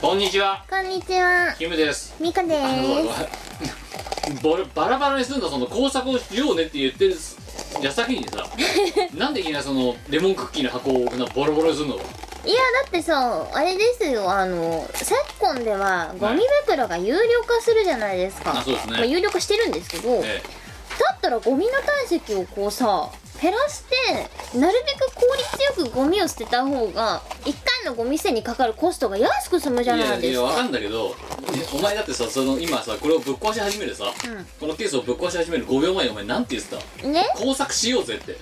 こんにちはこんにちは、キムですみかであのーす。バラバラバラにすんだその工作をしようねって言ってる矢先に さなんでいきなりそのレモンクッキーの箱をなボロボロにすんのいや、だってさ、あれですよ、あの、昨今では、ゴミ袋が有料化するじゃないですか。あそうですねまあ、有料化してるんですけど、えだったらゴミの体積をこうさ減らしてなるべく効率よくゴミを捨てた方が一回のゴミ捨てにかかるコストが安く済むえ、いじゃなやいいですやわかかんだけどお前だってさその今さこれをぶっ壊し始めるさ、んこのケースをぶっ壊し始める5秒前にお前なんて言ってたね工作しようぜって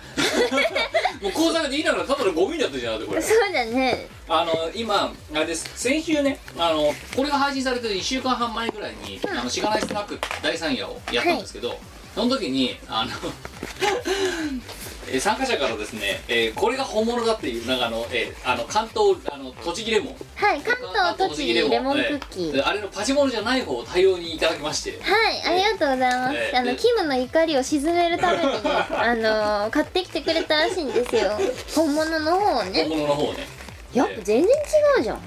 もう工作でいいならただのゴミになったじゃんだってこれそうだねあの今あれです先週ねあのこれが配信されてる1週間半前ぐらいに、うんあのしがないスナック第3夜をやったんですけど、その時にあの え参加者からですね、えーこれが本物だっていうなんかあの、えーあの関東あの栃木レモンはい関東栃木レモンクッキー、えあれのパチモノじゃない方を大量にいただきましてはい、ありがとうございます。ええあの、えキムの怒りを鎮めるた めに、あのー買ってきてくれたらしいんですよ。本物の方を本ね。物の方をねやっぱ全然違うじゃん。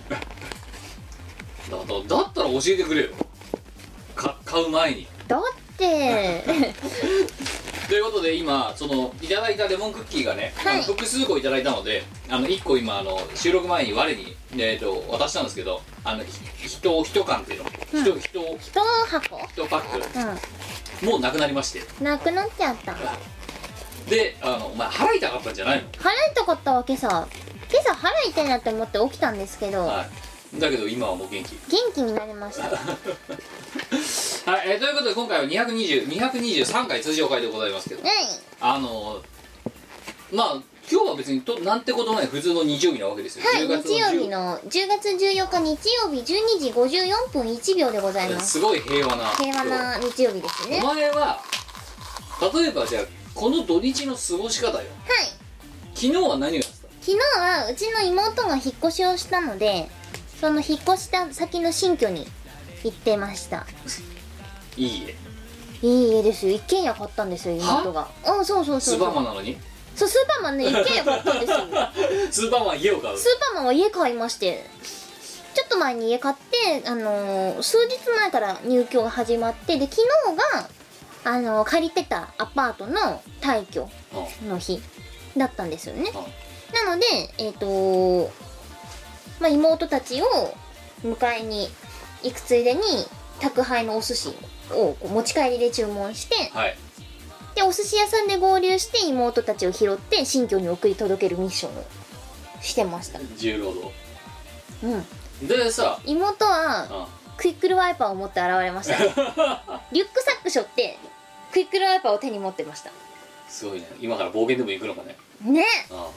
だだだったら教えてくれよか買う前にだって、 ということで今そのいただいたレモンクッキーがね、はいあの複数個いただいたのであの1個今あの収録前に我に、えー、と渡したんですけどあのひ人一缶っていうのん人人一箱一パッうクもうなくなりましてん。なくなっちゃった。であのお前払いたかったんじゃない腹痛かったわ今朝今朝腹痛いなって思って起きたんですけど、の、はい、だけど今はもう元気元気になりましたはい、えーということで今回は220 223回通常回でございますけどはあのまあ今日は別にとなんてことない普通の日曜日なわけですよ、い、 10はい、月日曜10日の10月14日日曜日12時54分1秒でございますすごい平和な平和な日曜日ですねおはい前は例えばじゃあこの土日の過ごし方よ昨日は何をやって昨日はうちの妹が引っ越しをしたのでその引っ越した先の新居に行ってましたたいいえいい家ですよ一軒家買ったんですよ妹がうんそうそうそスうーそパーマンうなのにそうスーパーマンね一軒家買ったんです よスーパーマン家を買うスーパーマンは家買いましてちょっと前に家買って、あのー数日前から入居が始まってで昨日が、あのー借りてたアパートの退去うんうんの日だったんですよねなのでえっ、とまあ、妹たちを迎えに行くついでに宅配のお寿司をこう持ち帰りで注文してはいでお寿司屋さんで合流して妹たちを拾って新居に送り届けるミッションをしてました重労働うんでさ、妹うはん、クイックルワイパーを持って現れ ましたリュックサック背負ってクイックルワイパーを手に持ってましたすごいね今から冒険でも行くのかね、ねうん、だか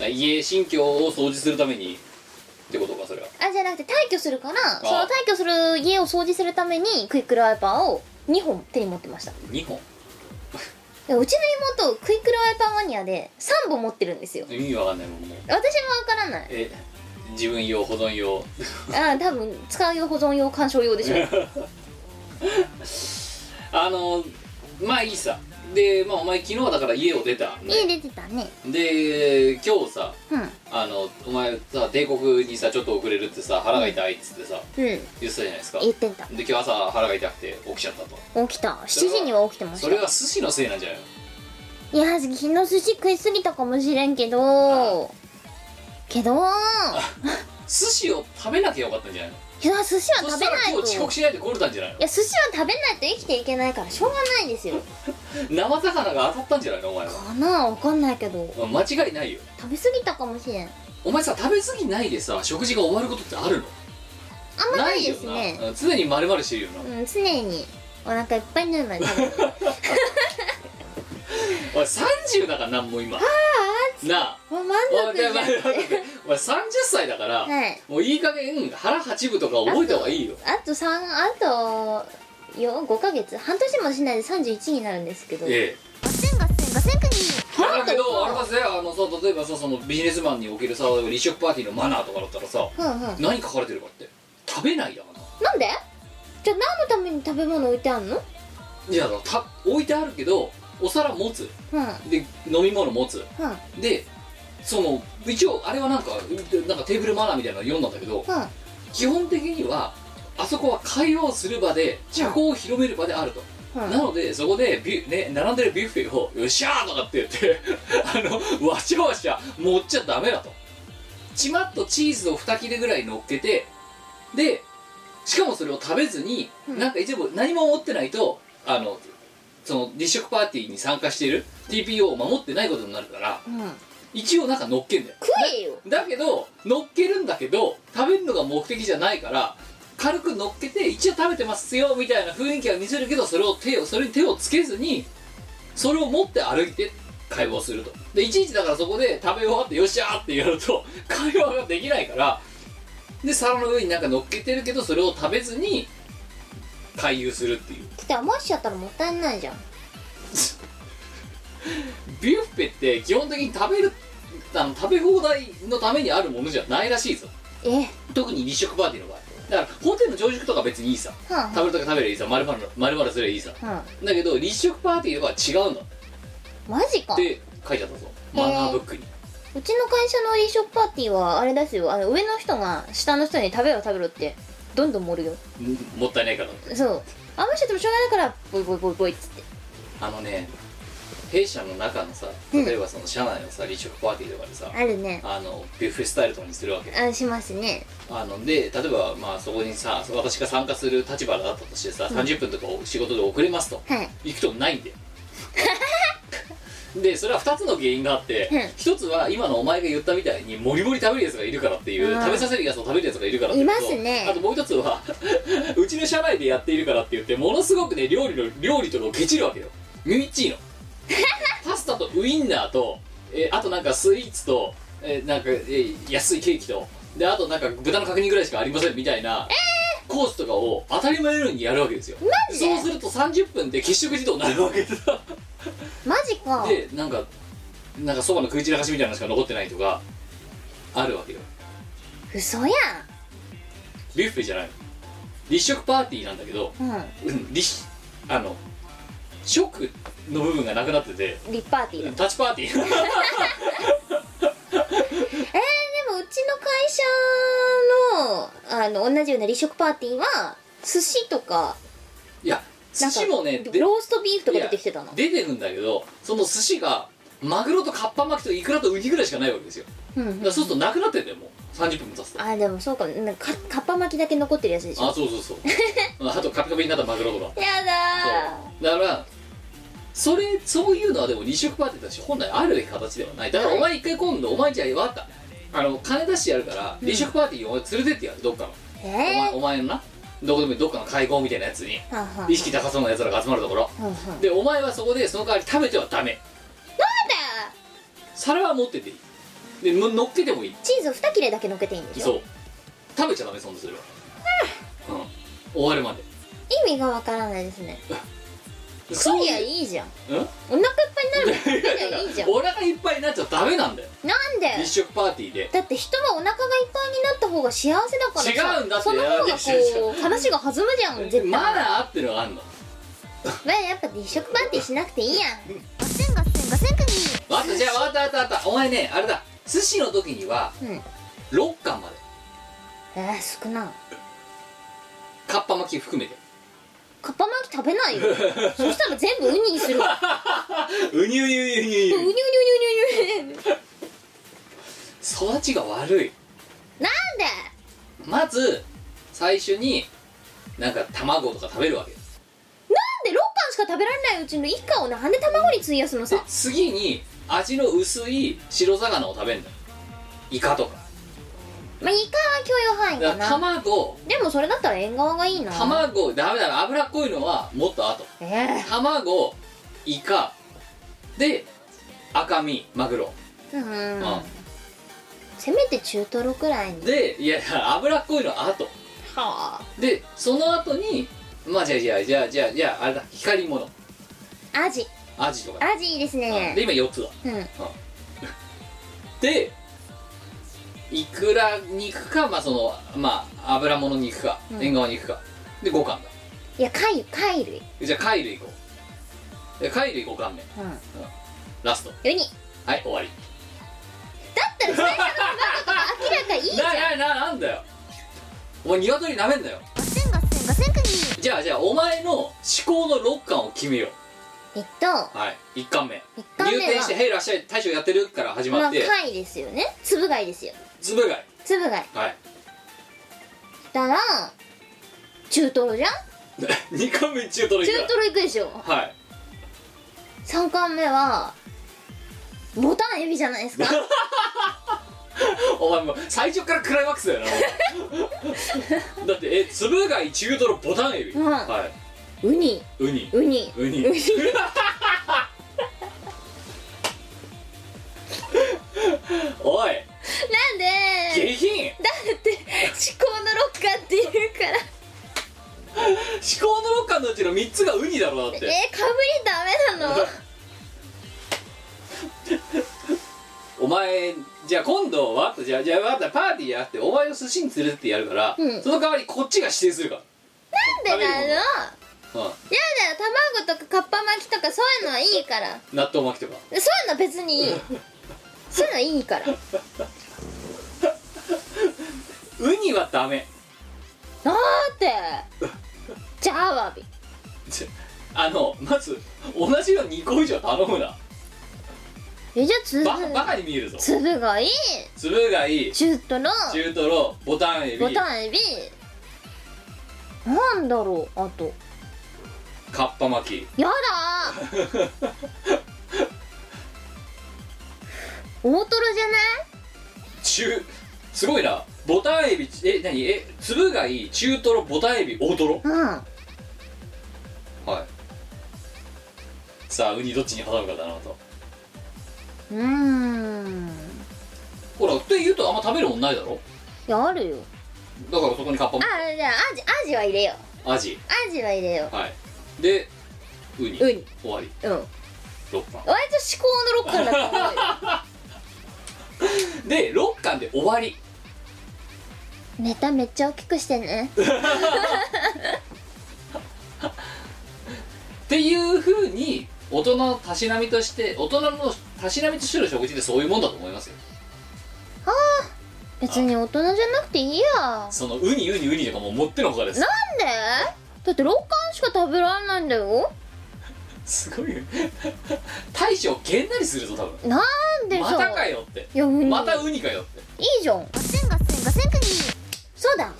ら家新居を掃除するためにってことかそれはあじゃなくて退去するからその退去する家を掃除するためにクイックルワイパーを2本手に持ってました2本でうちの妹クイックルワイパーマニアで3本持ってるんですよ意味わかんないもんもう私はわからないえ自分用保存用 あ多分使う用保存用鑑賞用でしょあのまあいいさでまあお前昨日はだから家を出た、家出てたねで今日さうんあのお前さ帝国にさちょっと遅れるってさ腹が痛いっつってさうん言ってたじゃないですか言ってたで今日朝腹が痛くて起きちゃったと起きた7時には起きてまそしれたは寿司のせいなんじゃないのいや昨日寿司食いすぎたかもしれんけどけど寿司を食べなきゃよかったんじゃないのいや寿司は食べなそいしとたら今日遅刻いしないで来れたんじゃないのや寿司は食べないと生きていけないからしょうがないですよ生魚が当たったんじゃないのお前はかなわかんないけどまあ間違いないよ食べ過ぎたかもしれんあお前さ食べ過ぎないでさ食事が終わることってあるのんまないですねよなうん常に丸々してるよな、うん常にお腹いっぱいになるまで食 べるお前30だからなんもう今なあもう満お足じ前ゃん待って待ってお前30歳だから、はいもういい加減腹八分とか覚えた方がいいよあと三あとよ5ヶ月半年もしないで31になるんですけどええガセンガセンガセンクニだーけどあれだぜあのさ例えばさそのビジネスマンにおけるさ離職パーティーのマナーとかだったらさうんうん何書かれてるかって食べないだからななんでじゃあ何のために食べ物置いてあんのいやだからた置いてあるけどお皿持つうんうんで飲み物持つうんでその一応あれはなんかなんかテーブルマナーみたいなの読んだんだけど基本的にはあそこは会話をする場で社交を広める場であると、はいなのでそこでビュ、ね、並んでるビュッフェを「よっしゃー!」とかって言って あのわしゃわしゃ持っちゃダメだとちまっとチーズを2切れぐらい乗っけてでしかもそれを食べずに、うんなんか一部何も持ってないとあのその立食パーティーに参加している TPO を守ってないことになるからうん、一応なんか乗っけんだよ食えよだけど乗っけるんだけど食べるのが目的じゃないから軽く乗っけて一応食べてますよみたいな雰囲気は見せるけどそれを手をそれに手をつけずにそれを持って歩いて会話をするとでいちいちだからそこで食べ終わってよっしゃーってやると 会話ができないからで皿の上になんか乗っけてるけどそれを食べずに回遊するっていうだって余しちゃったらもったいないじゃんビュッフェって基本的に食べるあの食べ放題のためにあるものじゃないらしいぞえ特に立食パーティーの場合だからホテルの朝食とか別にいいさは食べるとか食べればいいさ丸々丸々すればいいさあ、はあ、だけど立食パーティーとかは違うんだっマジかて書いてあったぞマナーブックにうちの会社のリーショップパーティーはあれですよあの上の人が下の人に食べろ食べろってどんどん盛るよんもったいないからそう余しちゃってもしょうがないからボイボイボイボイっつってあのね弊社の中のさうん例えばその社内のさ立食パーティーとかでさあるねあのビュッフェスタイルとかにするわけあしますねあので例えばまあそこにさ私が参加する立場だったとしてさうん30分とかお仕事で遅れますとはい行くとないんだよでそれは2つの原因があって、うん1つは今のお前が言ったみたいにモリモリ食べるやつがいるからっていう、うん食べさせるやつを食べるやつがいるからってうのといますねあともう1つは うちの社内でやっているからって言ってものすごくね料理の料理とかをケチるわけよミミッチーノパスタとウインナーと、えーあとなんかスイーツと、えーなんか、えー安いケーキとであとなんか豚の角煮ぐらいしかありませんみたいな、コースとかを当たり前のようにやるわけですよジでそうすると30分で結食児童になるわけだマジかでなんかなんかそばの食い散らかしみたいなのしか残ってないとかあるわけよ嘘やんビュッフェじゃないの立食パーティーなんだけどうんうん立あの食の部分がなくなっててリッパーティーだ、うん立ちパーティー えー、でもうちの会社のあの同じような離職パーティーは寿司とかいや寿なんか司もねでローストビーフとか出てきてたのいや出てるんだけどその寿司がマグロとカッパ巻きとイクラとウニぐらいしかないわけですようんだうからんそうするとなくなってんだよもう30分も経つとあでもそうかなんかかかっぱ巻きだけ残ってるやつでしょあそうそうそう あとカピカピになったマグロとかやだだからそれそういうのはでも二色パーティーだし本来あるべき形ではないだからお前一回今度お前じゃあ分かったあの金出してやるからうん二色パーティーをお前連れてってやるどっかの、ーえお前おー前のなどこでもいいどっかの会合みたいなやつにはんはんはん意識高そうなやつらが集まるところはんはんでお前はそこでその代わり食べてはダメだ皿は持ってていいでの乗っけてもいいチーズを2切れだけのっけていいんでしょそう食べちゃダメそんなするうん終わるまで意味がわからないですねそ食ういやいういいじゃんうんお腹いっぱいになるもん食いだやからいい じゃんお腹いっぱいになっちゃダメなんだよなんで一食パーティーでだって人はお腹がいっぱいになった方が幸せだからさ違うんだってその方がいやいやこう話が弾むじゃん絶対マナーってのがあるのまあやっぱ離職パーティーしなくていいやんガセンガセンガセンクわかったじゃあわかったわかったわかったお前ねあれだ寿司の時にはニーうん6巻までえー、少なかっぱ巻き含めて カッパ巻き食べないよそしたら全部ウニにするわうにゅうにゅうにゅうにゅウニうにゅウニうウニウニウニウニ育ちが悪いなんでまず最初になんか卵とか食べるわけよなんで6巻しか食べられないうちの1巻をなんで卵に費やすのさで次に味の薄い白魚を食べるのよイカとかまあイカは許容範囲だかからな卵でもそれだったら縁側がいいな卵ダメだな脂っこいのはもっと後ええ卵イカで赤身マグロうんうん、うんせめて中トロくらいにでいや脂っこいのは後はあでその後にまあじゃあじゃあじゃあじゃあじゃああれだ光り物アジアジとかアジいいですうんでね今4つだうんでいくら肉かまあそのまあ油物肉かうん縁側肉かで5巻いや貝貝類だじゃあ貝類いこうで貝類5巻目うんラストウニはい終わり だったら最初のバカが明らかいいじゃんななななんだよお前鶏舐めんなよガッセンガッセンガッセンクギじゃあじゃあお前の思考の6巻を決めよえっとうはい1巻目一巻目は入店して「へいらっしゃい大将やってる?」から始ままあって貝ですよね粒貝ですよつぶ貝粒貝はい だら中トロじゃん2巻目中トロいく中トロいくでしょらはい3巻目はボタンエビじゃないで すかお前もう最初からクライマックスだよなお 前だってえつぶ貝中トロボタンエビ、うんはウニいウニウニウニおいなんで下品だって至高のロッカーっていうから至高の六巻のうちの3つがウニだろだっえー、てかぶりダメなのお前じゃあ今度はじゃあじゃあ分かったパーティーやってお前を寿司に連れてってやるから、うんその代わりこっちが指定するかなん食べでなのやるだよら、うん、卵とかかっぱ巻きとかそういうのはいいから納豆巻きとかそういうの別にいいそういうのいいからウニはダメだってじゃあアワビちあのまず同じの2個以上頼むなえじゃあつぶババカに見えるぞつぶがいいつぶ貝中トロ中トロボタンエビボタンエビなんだろうあとかっぱ巻きやだー大トロじゃない中すごいなボタンエビえ何えつぶ貝中トロボタンエビ大トロうんはいさあウニどっちに挟むかだなとうーんほらって言うとあんま食べるもんないだろいやあるよだからそこにカッパもあじゃあアジアジは入れようアジアジは入れよはいでウニうウニ終わりうん割6巻と思考のロッカーだと思うよで6巻で終わりネタめっちゃ大きくしてねっていうふうに大人のたしなみとして大人のたしなみとしての食事ってそういうもんだと思いますよ別に大人じゃなくていいやなんそのウニウニウニとかもう持ってのほかですでだって6巻しか食べられないんだよすごいよ 大将げんなりするぞ多分なんでまさたかよっていやウニまたウニかよっていいじゃんガセンガセンガセンクニーそうだ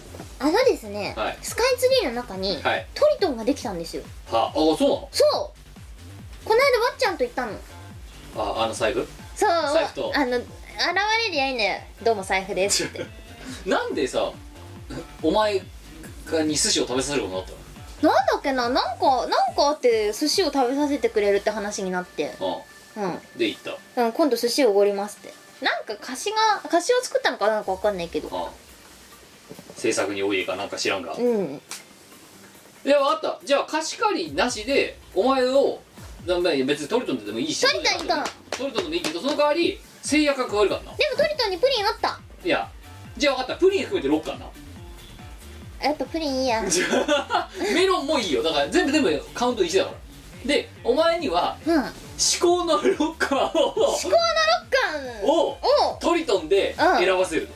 あのですね、はいスカイツリーの中に、はいトリトンができたんですよはああそうそうこの間わっちゃんと行ったのなのああの財布そう財布とあの現れりゃいいんだよどうも財布ですって なんでさお前がに寿司を食べさせることになっなんだっけななんかなんかあって寿司を食べさせてくれるって話になってたのうんうんで行ったうん、今度寿司をおごりますってなんか菓子が菓子を作ったのかなんかわかんないけどあ制作においえかなんか知らんが、いうんや分かったじゃあ貸し借りなしでお前をなんだ別にトリトンででもいいしトリトン行くからトリトンでもいいけどその代わり制約が加わるからなでもトリトンにプリンあったいやじゃあ分かったプリン含めて6巻な やっぱプリンいいやメロンもいいよだから全部全部カウント1だからでお前にはうんガン至高の6巻をををトリトンで選ばせるあでもそれはね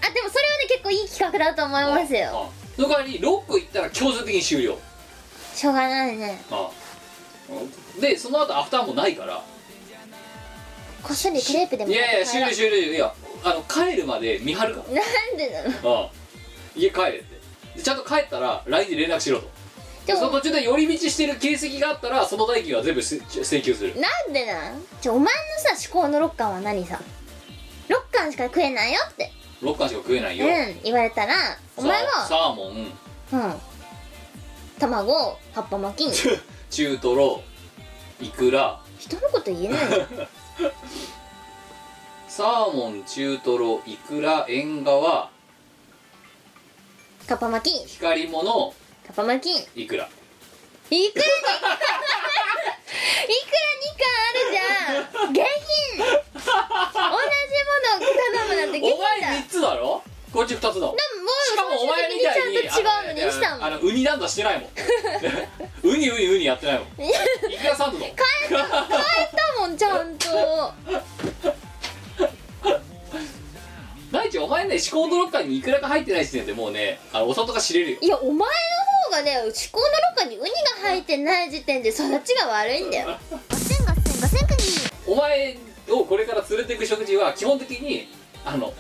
結構いい企画だと思いますよあその代わり6個いったら強制的に終了しょうがないねあでその後アフターもないからこっそりクレープでもいやいや終買了って帰終了いやあの帰るまで見張るかろうなんでなのらああ家帰れってでちゃんと帰ったら LINE で連絡しろとでそのも途中で寄り道してる形跡があったらその代金は全部せ請求するなんでなんちょお前のさ思考の6巻は何さ6巻しか食えないよって6巻しか食えないうよ、ん言われたらお前さサはーモン うん卵葉っ ぱ巻き中トロイクラ人のこと言えないよサーモン中トロイクラ縁側かっぱ巻き光り物かっぱ巻きいくら いくら2巻いくら2巻あるじゃん下品同じものを頼むなんて下お品だ前3つだろこっち2つだもんでももうしかもお前みたいに最終的にちゃんと違うのにしたもあんのあのウニなんだしてないもん ウニウニウニやってないもんいやいくらサンドだもん変えたもんちゃんと何いちお前ね思考のロッカーにいくらか入ってない時点でもうねあのお砂糖が知れるよいやお前の方がねうちこの中にウニが入ってない時点で育ちが悪いんだよガセンガセンガセンクニお前をこれから連れていく食事は基本的にあの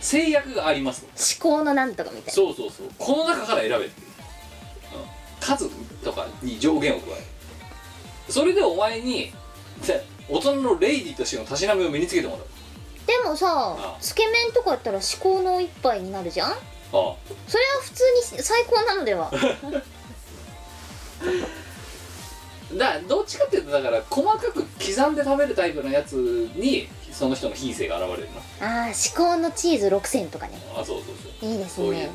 制約があります至高のなんとかみたいそうそうそうこの中から選べっていう、うん、数とかに上限を加えるそれでお前にで大人のレイディとしてのたしなみを身につけてもらうなでもあさあつけ麺とかやったら至高の一杯になるじゃんああそれは普通に最高なので はだどっちかっていうとだから細かく刻んで食べるタイプのやつにその人の品性が現れるああ至高のチーズ6000とかねなあそうそうそういいですそういうねの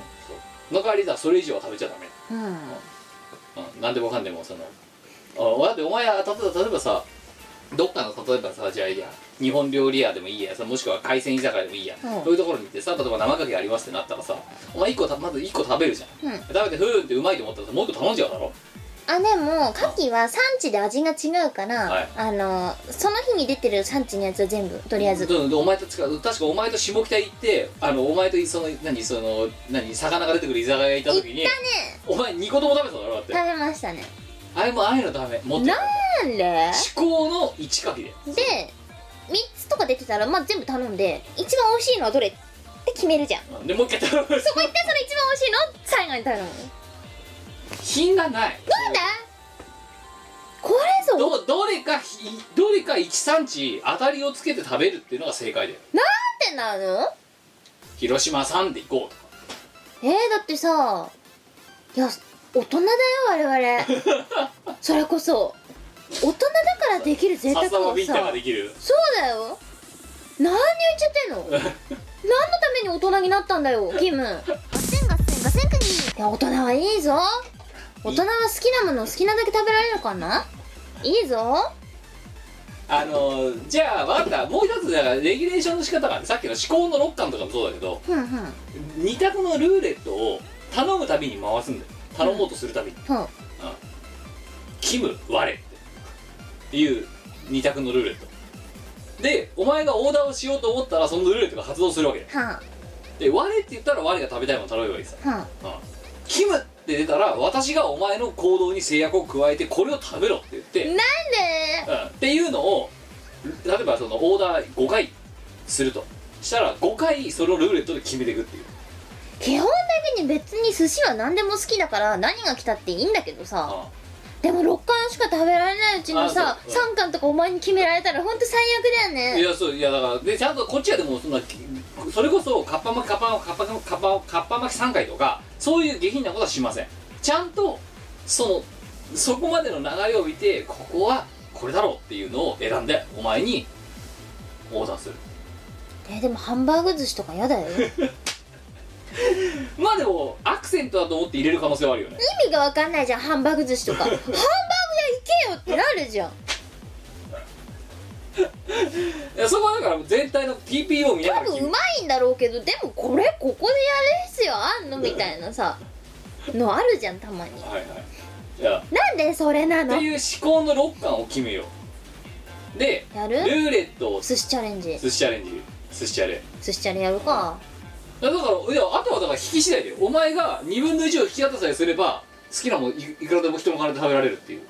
そうの代わりだそれ以上は食べちゃダメうんうん、なんでもかんでもそのあだってお前は例えば例えばさどっかの例えばさじゃあいいや日本料理屋でもいいやさもしくは海鮮居酒屋でもいいや、うんそういうところに行ってさ例えば生かけありますってなったらさお前1個たまず1個食べるじゃんうん食べてふーんってうまいと思ったらさもう1個頼んじゃうだろあでも牡蠣は産地で味が違うから、はいあのその日に出てる産地のやつは全部とりあえず、うんでお前とつか確かお前と下北行ってあのお前とその何その何魚が出てくる居酒屋行った時にお前2個とも食べてただろだって食べましたねあれもああいうのダメもっとなんで思考の1かきでで3つとか出てたら、まあ、全部頼んで一番美味しいのはどれって決めるじゃんうんでもう一回頼むそこ行ってそれ一番美味しいの最後に頼む品がないなんだこれぞなんどどれかひどれか13地当たりをつけて食べるっていうのが正解だよてなの広島3で行こうとかえー、だってさいや大人だよ我々 それこそ大人だからできる贅沢さをっさまビンタがさできるそうだよ何言っちゃってん の何のために大人になったんだよキムガセンガセンガセンクニいや大人はいいぞ大人は好きなものを好きなだけ食べられるかないいぞあのーじゃあ分かったもう一つだからレギュレーションの仕方があるさっきの思考の六巻とかもそうだけどふんふんふ2択のルーレットを頼むたびに回すんだよ頼もうとするたびにん「キム我」っていう2択のルーレットでお前がオーダーをしようと思ったらそのルーレットが発動するわけだよはで「我」って言ったら我が食べたいもの頼めばいいさんはんうんキムって出たら私がお前の行動に制約を加えてこれを食べろって言って、なんでうんっていうのを例えばそのオーダー5回するとしたら5回そのルーレットで決めていくっていう基本的に別に寿司は何でも好きだから何が来たっていいんだけどさあでも6貫しか食べられないうちのさあそう3貫とかお前に決められたらほんと最悪だよいねやそういやだからでちゃんとこっちはでもそんなそれこそカッパ巻きカッパ巻きカッパ巻きカッパ巻きカッパ巻き3回とかそういう下品なことはしませんちゃんとそのそこまでの流れを見てここはこれだろうっていうのを選んでお前にオーダーするえでもハンバーグ寿司とか嫌だよ意まあでもアクセントだと思って入れる可能性はあるよね味が分かんないじゃんハンバーグ寿司 とかハンバーグ屋行けよってなるじゃんいやそこはだから全体の TPO を見なが多ら決分めうまいんだろうけどでもこれここでやる必要あんのみたいなさのあるじゃんたまにはいはいいやっなんでそれなてのいう思考の6巻を決めようでやルるーレットを寿寿司チャレンジ司チャレンジ寿司チャレン寿司チャレンやるかだからいやあとはだから引き次第だよお前が2分の1を引き当てさえすれば好きなもんいいくらでも人の金で食べられるっていう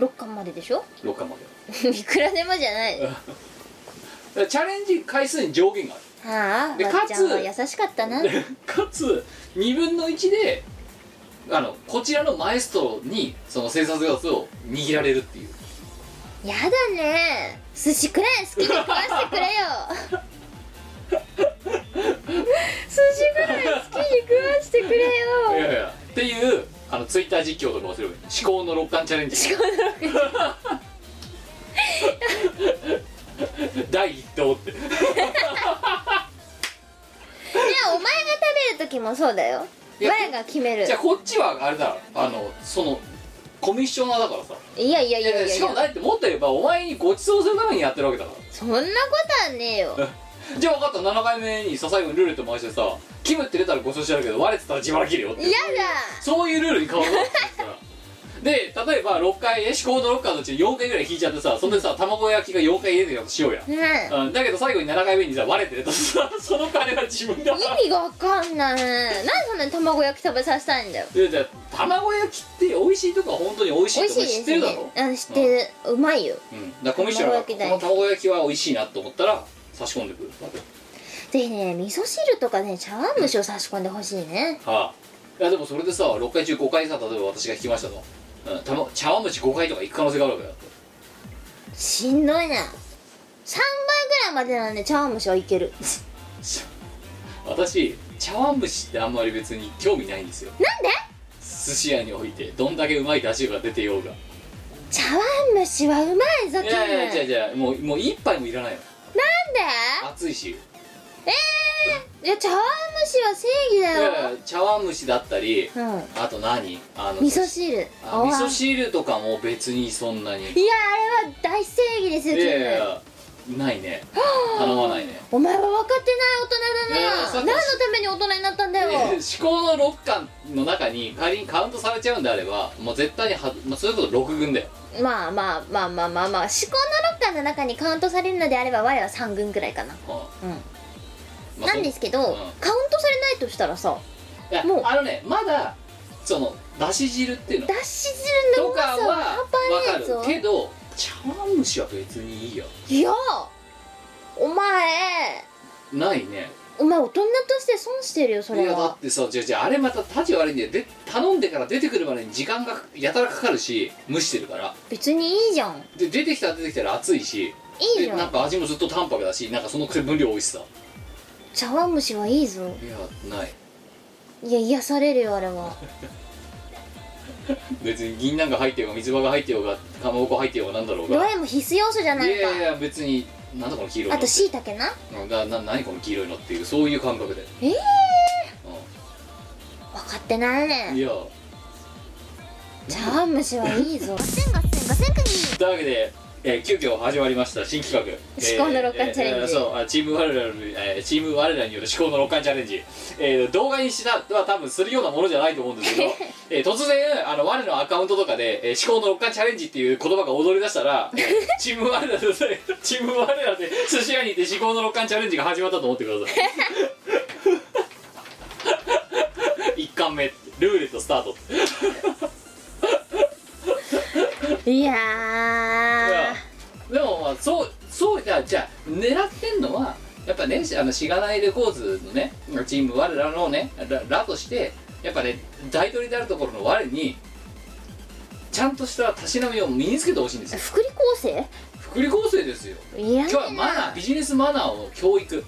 6巻まででしょ 6巻までいくらでもじゃないだからチャレンジ回数に上限があるはあでわっちゃんはか優つしかったな かつ2分の1であのこちらのマエストロにその生殺ガスを握られるっていうやだね寿司くらい好きに食わせてくれよ 寿司くらい好きに食わせてくれいよやいやっていうあのツイッター実況とかもすればいい思考の六巻チャレンジ 第一投っていやお前が食べる時もそうだよいや前が決めるじゃあこっちはあれだあのそのコミッショナーだからさいやいやいいやいやいしかもやだってもっと言えばお前にご馳走するためにやってるわけだかそんなことはねえよらじゃあ分かった7回目にさ最後にルーレット回してさキムって出たらご馳走してやるけど我って言ったら自腹切るよって嫌だそういうルールに変わるわけですからで例えば6回ね至高の6回のうち4回ぐらい引いちゃってさそんでさ卵焼きが4回出てたとしようや、うん、うん、だけど最後に7回目にさ割れてるとさ その金は自分だから意味がわかんないなんでそんなに卵焼き食べさせたいんだよいやじゃあ卵焼きって美味しいとこは本当に美味し美い味とこしい知っですてるだろねあの知ってる、うまいようん、だからこの人らがこ卵焼きだよの卵焼きは美味しいなと思ったら差し込んでくるわけぜひね味噌汁とかね茶碗蒸しを差し込んでほしいねはあいやでもそれでさ6回中5回さ例えば私が聞きましたと、うん、たま茶碗蒸し5回とか行く可能性があるわけだってしんどいな3倍ぐらいまでなんで茶碗蒸しはいけるし私茶碗蒸しってあんまり別に興味ないんですよなんで寿司屋においてどんだけうまい出汁が出てようが茶碗蒸しはうまいぞいキムやいやいやいやもうもう一杯もいらないのなん熱いしでいや茶碗蒸しは正義いやだいよや茶碗蒸しだったりうんあと何あの味噌汁あお味わ噌汁とかも別にそんなにいいやあれは大正義ですよやキいやいムやない ね頼まないねお前は分かってないいやいや大そ人うだな何のために大人になったんだよ思考の6巻の中に仮にカウントされちゃうんであればもう絶対には、まあ、それこそ6軍だよまあまあまあまあまあまあ思考の6巻の中にカウントされるのであれば我は3軍くらいかなうんうんまあなんですけど、うんカウントされないとしたらさいやもうあのねまだそのだし汁っていうのだし汁のとうかまさははわ半か端ねえぞるけど茶碗蒸しは別にいいよいやお前ないねお前大人として損してるよそいれやだっはてさじゃじゃあれまた立ち悪いんだよで頼んでから出てくるまでに時間がやたらかかるし蒸してるから別にいいじゃんで出てきたら出てきたら熱いしいいでじゃなんんか味もずっと淡白だしなんかその分量美味しさ茶碗蒸しはいいぞいやないいや癒されるよあれは別に銀杏が入ってようが水場が入ってようがかまぼこ入ってようがなんだろうどがいれも必須要素じゃなやいいやいかや別になんだこの黄色いのあとしいたけなうんだな何この黄色いのっていうそういう感覚でええう分かってないんいねや茶碗蒸しはいいぞガセンガセンガセンクニーというわけで、えー急遽始まりました新企画「至高の六巻チャレンジえーえーそうあチーム我らの、えーチーム我らによる思考の六巻チャレンジ、えー動画にしたは多分するようなものじゃないと思うんですけ ど、えー突然あの我のアカウントとかで「えー思考の六巻チャレンジ」っていう言葉が踊り出したら、えー チーム我らでチーム我らで寿司屋にいて思考の六巻チャレンジが始まったと思ってくださ い一巻目ルーレットスタートいやいやーでもまあそうそうじゃあじゃあ狙ってんのはやっぱねしあのしがないレコーズのねチーム我らのねららとしてやっぱね大取りであるところの我にちゃんとしたたしなみを身につけてほしいんですよ福利厚生福利厚生ですよいら今ね日はマナーえなビジネスマナーを教育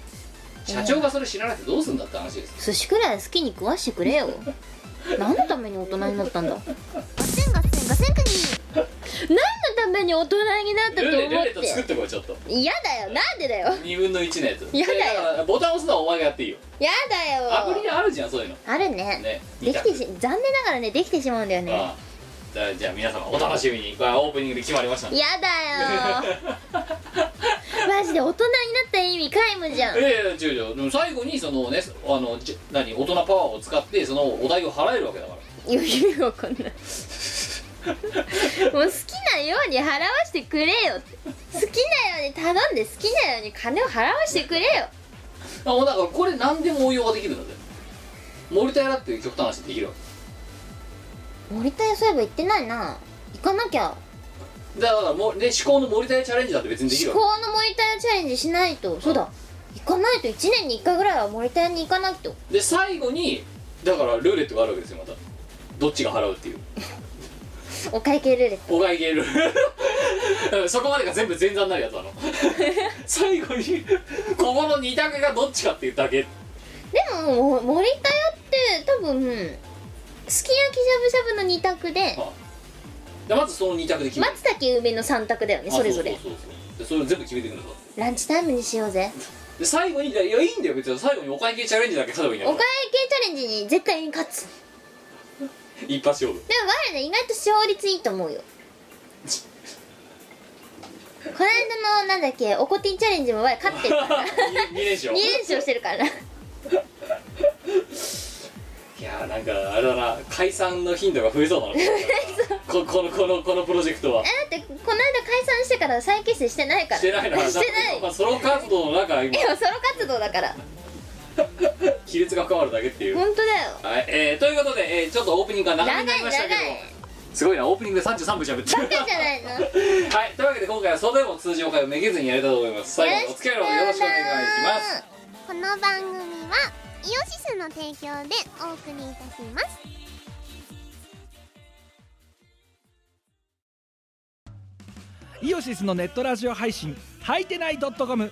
社長がそれ知らなくてどうすんだって話です寿司くらい好きに食わしてくれよ何のために大人になったんだガセンガセンガセンクニー何のために大人になったルーとレル思ーレット作っってこいちょっと嫌だよなんでだよ2分の1のやつやだよでからボタン押すのはお前がやっていいよ嫌アプだリよにあるじゃんそういうのあるねねできてし残念ながらねできてしまうんだよねああじゃあ皆様お楽しみにこれはオープニングで決まりましたね嫌 だよマジで大人になった意味皆無じゃんいやいや違う違うでも最後にそのねあのじ何大人パワーを使ってそのお題を払えるわけだから意味わかんないもう好きなように払わしてくれよ好きなように頼んで好きなように金を払わしてくれよあもうだからこれ何でも応用ができるんだぜモルタヤだって極端な話できるわ森田屋そういえば行ってないな行かなきゃけだからもうね思考のモルタヤチャレンジだって別にでき至る高わの森田屋チャレンジしないとそうだ行かないと1年に1回ぐらいは森田屋に行かなきゃけで最後にだからルーレットがあるわけですよまたどっちが払うっていうお会計ルーレッおがいける そこまでが全部前座になるやつな の最後にここの2択がどっちかっていうだけトでももう森田屋って多分すき焼きしゃぶしゃぶの2択ででまずその2択で決める松茸梅の3択だよねそれぞあれそうそうそうそうでそれ全部決めていくんだぞランチタイムにしようぜで最後にいやいやいいんだよ別に最後にお会計チャレンジだけ勝てばいいんだおか会計チャレンジに絶対に勝つでら一発勝負も我らね意外と勝率いいと思う よこの間のなんだっけおこてんチャレンジも我ら勝ってるから 2, 連勝2連勝してるからいやーなんかあれだな解散の頻度が増えそうなのこここのこのこのプロジェクトはだってこの間解散してから再結成してないからしてないなしてないまあ、ソロ活動の中今でもソロ活動 だから亀裂が変わるだけっていう、本当だよはいえー、ということで、えー、ちょっとオープニングが長長くない長りいましたけどすごいなオープニングで33分喋ってバるカじゃないのはいというわけで今回は袖も通常回をめげずにやれたと思います最後までお付き合いのほどよろしくお願いしますこの番組はイオシスの提供でお送りいたしますイオシスのネットラジオ配信「はいてない .com」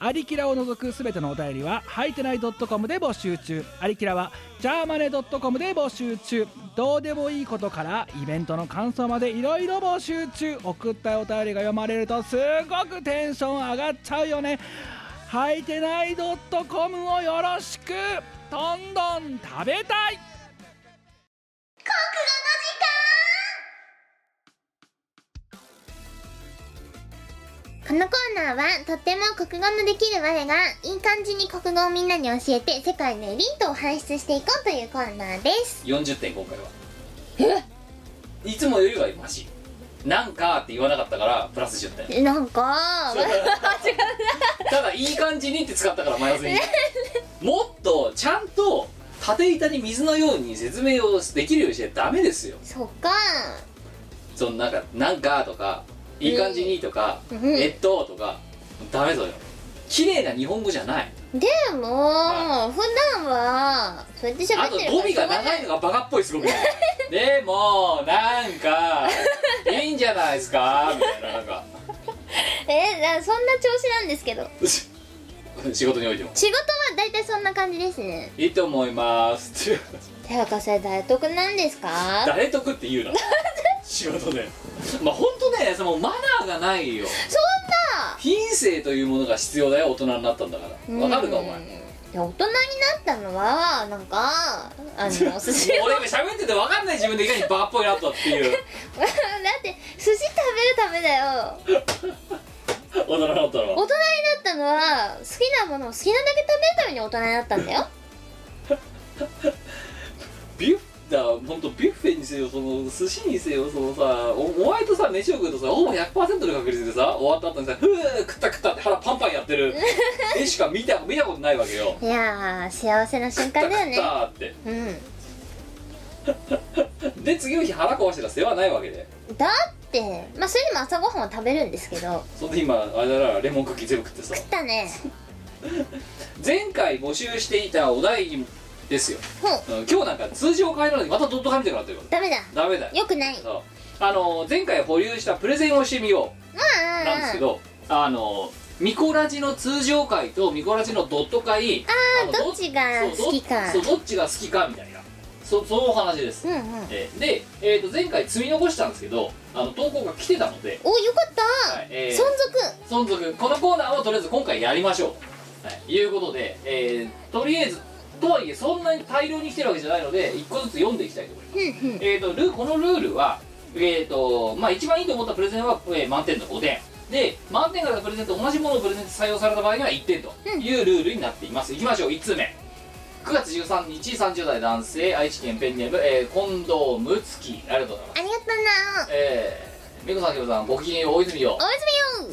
アリキラを除くすべてのお便りは、はいてない .com で募集中。アリキラは、ジャーマネ .com で募集中。どうでもいいことから、イベントの感想までいろいろ募集中。送ったお便りが読まれると、すごくテンション上がっちゃうよね。はいてない .com をよろしくどんどん食べたいこのコーナーはとっても国語のできる我がいい感じに国語をみんなに教えて世界のエリートを輩出していこうというコーナーです40点今回はえいつもよりはマシなんかって言わなかったからプラス10点なんかただいい感じにって使ったからマイナスにもっとちゃんと縦板に水のように説明をできるようにしてダメですよそっかそのなんか「なんか」とか「いい感じに」とか「んえっと」とかダメぞよ綺麗な日本語じゃないでも普段はそうやって喋あっとてる語尾がしょう長いのがバカっぽいす ごくでもなんかいいんじゃないですかみたいななんかがえなそんな調子なんですけど仕事においても仕事は大体そんな感じですねいいと思いますって手博士大得なんですか誰得って言うな仕事でまあ本当ねそのマナーがないよそんな品性というものが必要だよ大人になったんだからわかるかお前うんいや大人になったのはなんか あのお寿司 を俺今喋ってて分かんない自分でいかにバーっぽいなったっていう だって寿司食べるためだよ大人になったの大人はになったのは好きなものを好きなだけ食べるために大人になった んだよビュッだ本当ビュッフェにせよその寿司にせよそのさおお前とさ飯を食うとさほぼ100%の確率でさ終わった後にさ「ふう食った食った」って腹パンパンやってる絵しか見た見たことないわけよいやー幸せな瞬間だよ食ったね食っうんたってで次の日腹壊してたら世話ないわけでだってまあそれでも朝ごはんを食べるんですけどそんで今あれだなレモンクッキー全部食ってさだね前回募集していたお題ですよ、ほううん今日なんか通常変えたのにまたドット紙みたいになってるかダメだらダメだよよくないそうあの前回保留したプレゼンをしてみよまあうなんですけど、あのミコラジの通常回とミコラジのドット会あのどっちがそうど好きかそうどっちが好きかみたいなそそのお話です、うんうんえーで、えー、と前回積み残したんですけどあの投稿が来てたので、およかった、はいえー存存続続このコーナーをとりあえず今回やりましょうと、はい、いうことで、えーとりあえずとはいえそんなに大量に来てるわけじゃないので一個ずつ読んでいきたいと思います、えー、とルーこのルールはえー、とまあ一番いいと思ったプレゼンは、えー満点の5点で満点からプレゼンと同じものをプレゼンと採用された場合には1点というルールになっています、いきましょう1通目9月13日30代男性愛知県ペンネーム、えー近藤睦月ありがとうございますありがとうなえー、めこさんきょさんごきげんよう大泉よう大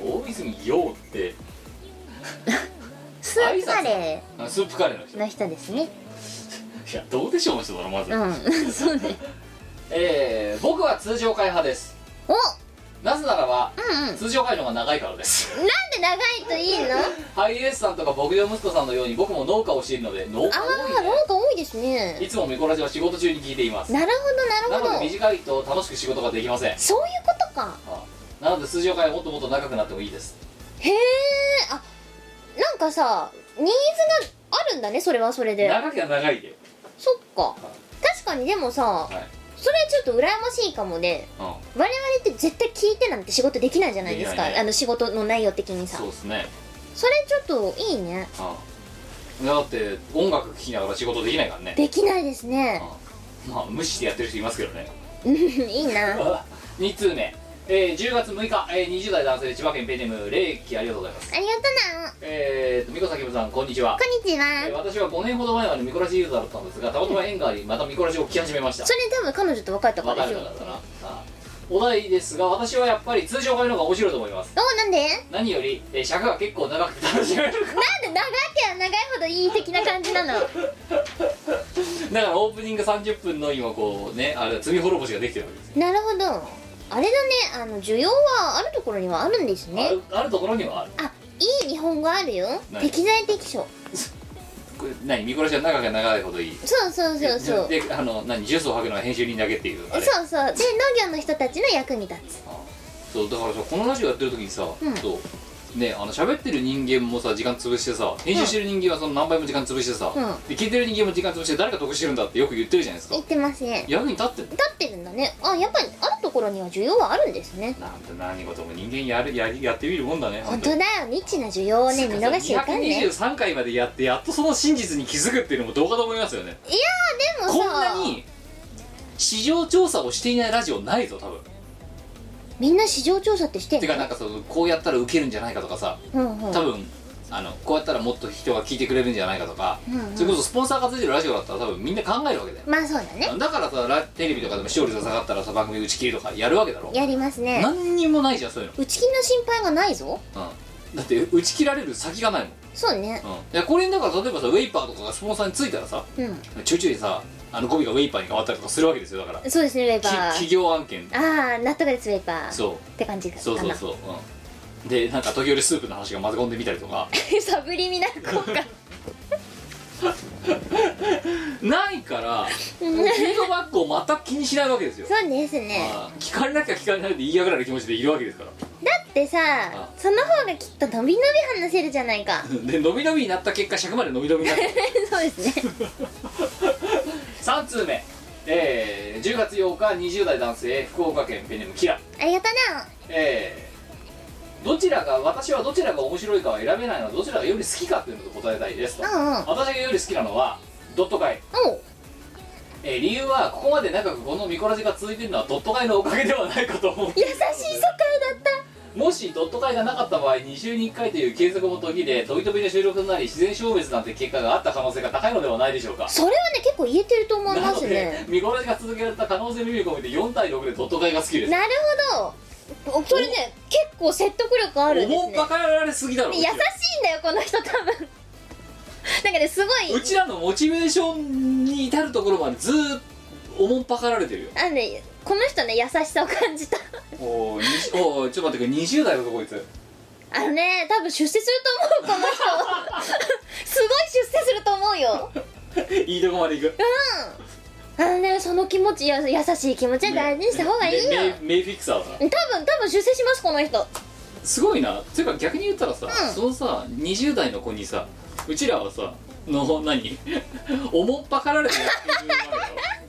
泉よ大泉洋ってスープカレあスープカレーの人ーの人ですねいやどうでしょうの人だろまず、うん そうね えー、僕は通常会派ですおなぜならば、うんうん通常会の方が長いからですなんで長いといいのあハイエースさんとか牧場息子さんのように僕も農家をしているので農家多いあねなんか多いですねいつもミコラジは仕事中に聞いていますなるほどななるほのでど短いと楽しく仕事ができませんそういうことかあなので通常会はもっともっと長くなってもいいですへえあなんかさニーズがあるんだねそれはそれで長きゃ長いで、そっか確かにでもさはいそれちょっと羨ましいかもねうん、我々って絶対聞いてなんて仕事できないじゃないですできなかいねあの仕事の内容的にさそうですね、それちょっといいねうんだって音楽聴きながら仕事できないからねできないですねうんまあ無視してやってる人いますけどね うん いいな2通目、えー10月6日、えー20代男性千葉県ペンネームレイキありがとうございますありがとなえーと美子さきむさんこんにちはこんにちえーは私は5年ほど前までミコラジユーザーだったんですがたまたま縁がありまたミコラジを聞き始めましたそれ多分彼女と別れたかわらかでるしょかなだなあお題ですが私はやっぱり通常会の方が面白いと思いますおなんで何より、えー尺が結構長くて楽しめるかなんで長けは長いほどいい的な感じ なのらだからオープニング30分の今こうねあれ罪滅ぼしができてるわけですよなるほどあれだねあの需要はあるところにはあるんですあねるあるところにはあるあいい日本語あるよ何適材適所これ何見殺しは長が長いほどいいそうそうそうそうであの何ジュースを吐くのは編集人だけっていうあれそうそうで農業の人たちの役に立つあそうだからさこのラジオやってる時にさ、うんそうねあの喋ってる人間もさ時間潰してさ編集してる人間はその何倍も時間潰してさ、うんで聞いてる人間も時間潰して誰か得してるんだってよく言ってるじゃないですか言ってますね役に立ってんの立ってるんだねあやっぱりあるところには需要はあるんですねなんて何事も人間やるやりやってみるもんだね本当だよ未知な需要をね見逃しちゃいかんね223回までやってやっとその真実に気づくっていうのもどうかと思いますよねでもさこんなに市場調査をしていないラジオないぞ多分みんな市場調査ってしてんてのかなんかそのこうやったらウケるんじゃないかとかさうんうん多分あのこうやったらもっと人が聞いてくれるんじゃないかとか、うんうんそれこそスポンサーがついてるラジオだったら多分みんな考えるわけだよまあそうだねだからさラテレビとかでも視聴率が下がったらさ番組打ち切りとかやるわけだろやりますね何にもないじゃんそういう打ち切りの心配がないぞの、うん、だって打ち切られる先がないもんそうねうん、いやこれだから例えばさウェイパーとかがスポンサーについたらさうんちょいちょいさあの語尾がウェイパーに変わったりとかするわけですよだからきそうですねウェイパ企ー業案件ああ納得ですウェイパーそうって感じかなそうそうそう、うん、でなんか時折スープの話が混ぜ込んでみたりとかサブリミナル効果ないからフィードバックを全く気にしないわけですよ、そうですねあー聞かれなきゃ聞かれないで言いやぐらいの気持ちでいるわけですからだってさあその方がきっと伸び伸び話せるじゃないかで伸び伸びになった結果尺まで伸び伸びになった そうですね3通目えー、10月8日20代男性福岡県ペンネームキラありがとなえーどちらが私はどちらが面白いかは選べないのはどちらがより好きかっていうのと答えたいですと、うんうん私がより好きなのはドット会、おうえー理由はここまで長くこのミコラジが続いてるのはドット会のおかげではないかと思う優しい疎開だったもしドット会がなかった場合2週に1回という継続も途切れ飛び飛びの収録になり自然消滅なんて結果があった可能性が高いのではないでしょうかそれはね結構言えてると思いなまのすでねミコラジが続けられた可能性を見る込みで4対6でドット会が好きですなるほどおこれね結構説得力あるんです思うねばかられすぎだろう優しいちんだよこの人多分なんかねすごいうちらのモチベーションに至るところまでずーっとおもんぱかられてるよあのねこの人ね優しさを感じたおーにしおーちょっと待ってこれ20代だぞこい つあのね多分出世すると思うこの人 すごい出世すると思うよいいとこまで行くあのねその気持ちや優しい気持ちは大事にした方がいいよ、メメイフィクサーだな多分多分出世しますこの人すごいなていうか逆に言ったらさ、うんそのさ20代の子にさうちらはさの何 おもっぱかられてるっていうのがあ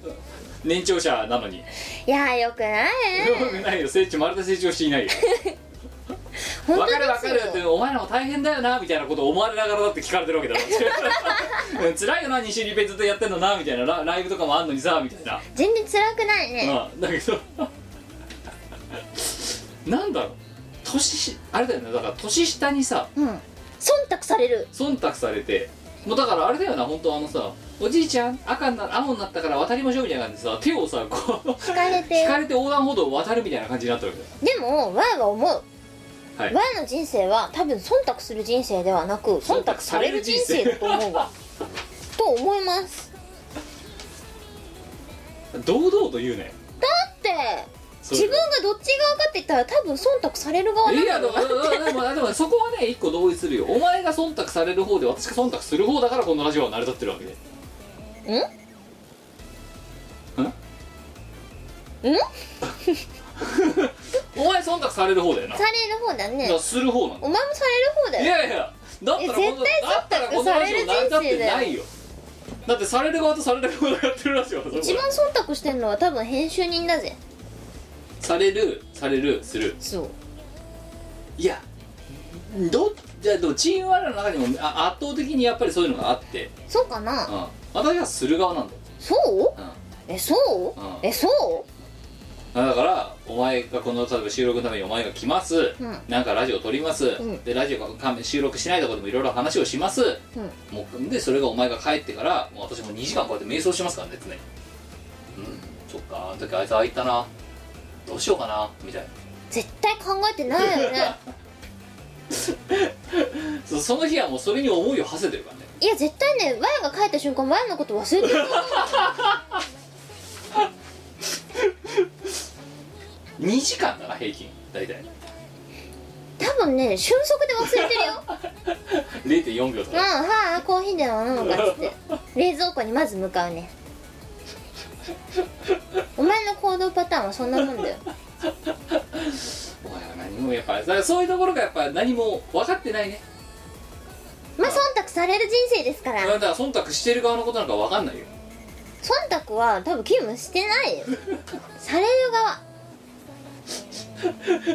るよ 年長者なのにいやーよ くないよくないよ成長まるで成長していないよ 本わ当かるわかるっですてよお前らも大変だよなみたいなことを思われながらだって聞かれてるわけだ ろうん辛いよな2週に別でやってんのなみたいなラライブとかもあんのにさみたいな、全然辛くないねうん、だけど なんだろう年しあれだよねだから年下にさうん忖度される忖度されてもうだからあれだよな本当あのさおじいちゃん赤にな青になったから渡りましょうみたいな感じでさ手をさこう聞かれて引かれて横断歩道を渡るみたいな感じになったわけだよでもわーは思う、はいわーの人生は多分忖度する人生ではなく忖度される人生だと思 うわと思います堂々と言うねだってそう自分がどっち側かって言ったら多分忖度される側いなんやだでろもうなでもでもそこはね一個同意するよお前が忖度される方で私が忖度する方だからこのラジオは成り立ってるわけでんお前忖度される方だよなされる方だだねからする方なんおだ前もされる方いだよやいやだったらこのえ絶対忖度だったらこのラジオ成り立ってないよだってされる側とされる側がやってるラジオだぞこれ一番忖度してるのは多分編集人だぜされるされるするそういやどじゃあでもチーム我らの中にもあ圧倒的にやっぱりそういうのがあって、そうかう、なん私はする側なんだよ、そううんえそううんえそあだからお前がこの例えば収録のためにお前が来ます、うんなんかラジオ撮ります、んでラジオがか収録しないところでもいろいろ話をします、もうでそれがお前が帰ってからもう私も2時間こうやって瞑想しますからね常にうんそっかあの時あいつ空いたなどうしようかなみたいな絶対考えてない よねそその日はもうそれに思いを馳せてるからねいや絶対ね Y が帰った瞬間 Y のこと忘れてる2時間だな平均大体多分ね瞬足で忘れて るよ0.4秒とうんか、はあコーヒーでも飲むかっつ って冷蔵庫にまず向かうねお前の行動パターンはそんなもんだよお前は何もやっぱだからそういうところがやっぱ何も分かってないねまあ忖度される人生ですからだから忖度してる側のことなんか分かんないよ忖度は多分勤務してないよされる側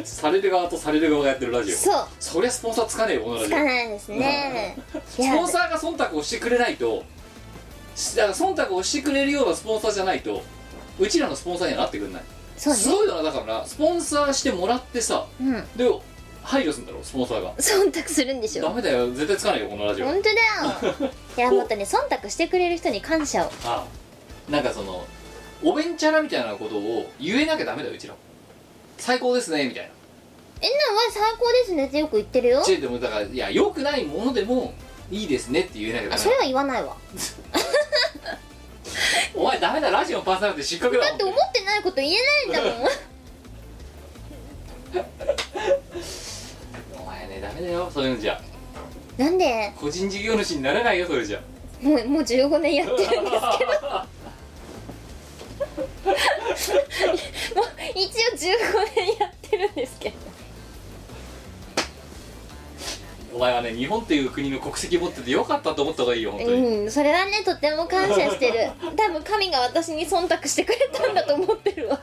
される側とされる側がやってるラジオそうそりゃスポンサーつかねえよこのラつジオかないですねいスやポンサーが忖度をしてくれないとしだから忖度をしてくれるようなスポンサーじゃないとうちらのスポンサーにはなってくんないそうすねごいよなだからスポンサーしてもらってさうんで配慮するんだろスポンサーが忖度するんでしダょメだよ絶対つかないよこのラジオあ本当だよいやもっとね忖度してくれる人に感謝をあなんかそのおべんちゃらみたいなことを言えなきゃダメだようちらも最高ですねみたいなえなわ最高ですねってよく言ってるよちぇでもだからいや良くないものでもいいですねって言えなきゃダあメそれは言わないわお前ダメだラジオのパーソナリティ失格だだって思ってないこと言えないんだもん お前ねダメだよそういうのじゃなんで個人事業主になれないよそれじゃもうもう15年やってるんですけどもう 一応15年やってるんですけど お前はね日本っていう国の国籍持っててよかったと思った方がいいよ本当に、うんそれはねとても感謝して る多分神が私に忖度してくれたんだと思ってるわ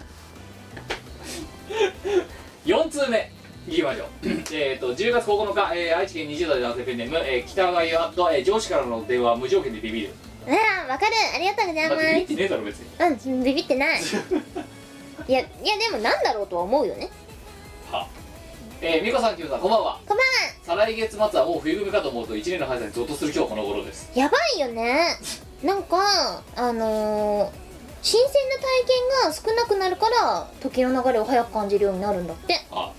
4通目いきましょう えっと10月9日、えー愛知県20代男性ペンネーム、えー北川優と、えー上司からの電話は無条件でビビる あらわかるありがとうございだってビビってまねえだろ別にすうんビビって ないいやいやでもなんだろうとは思うよねはえー、美子さんキムさんこんばんはこんばんは再来月末はもう冬組かと思うと1年の速さにゾッとする今日この頃ですやばいよねなんかあのー新鮮な体験が少なくなるから時の流れを早く感じるようになるんだってあ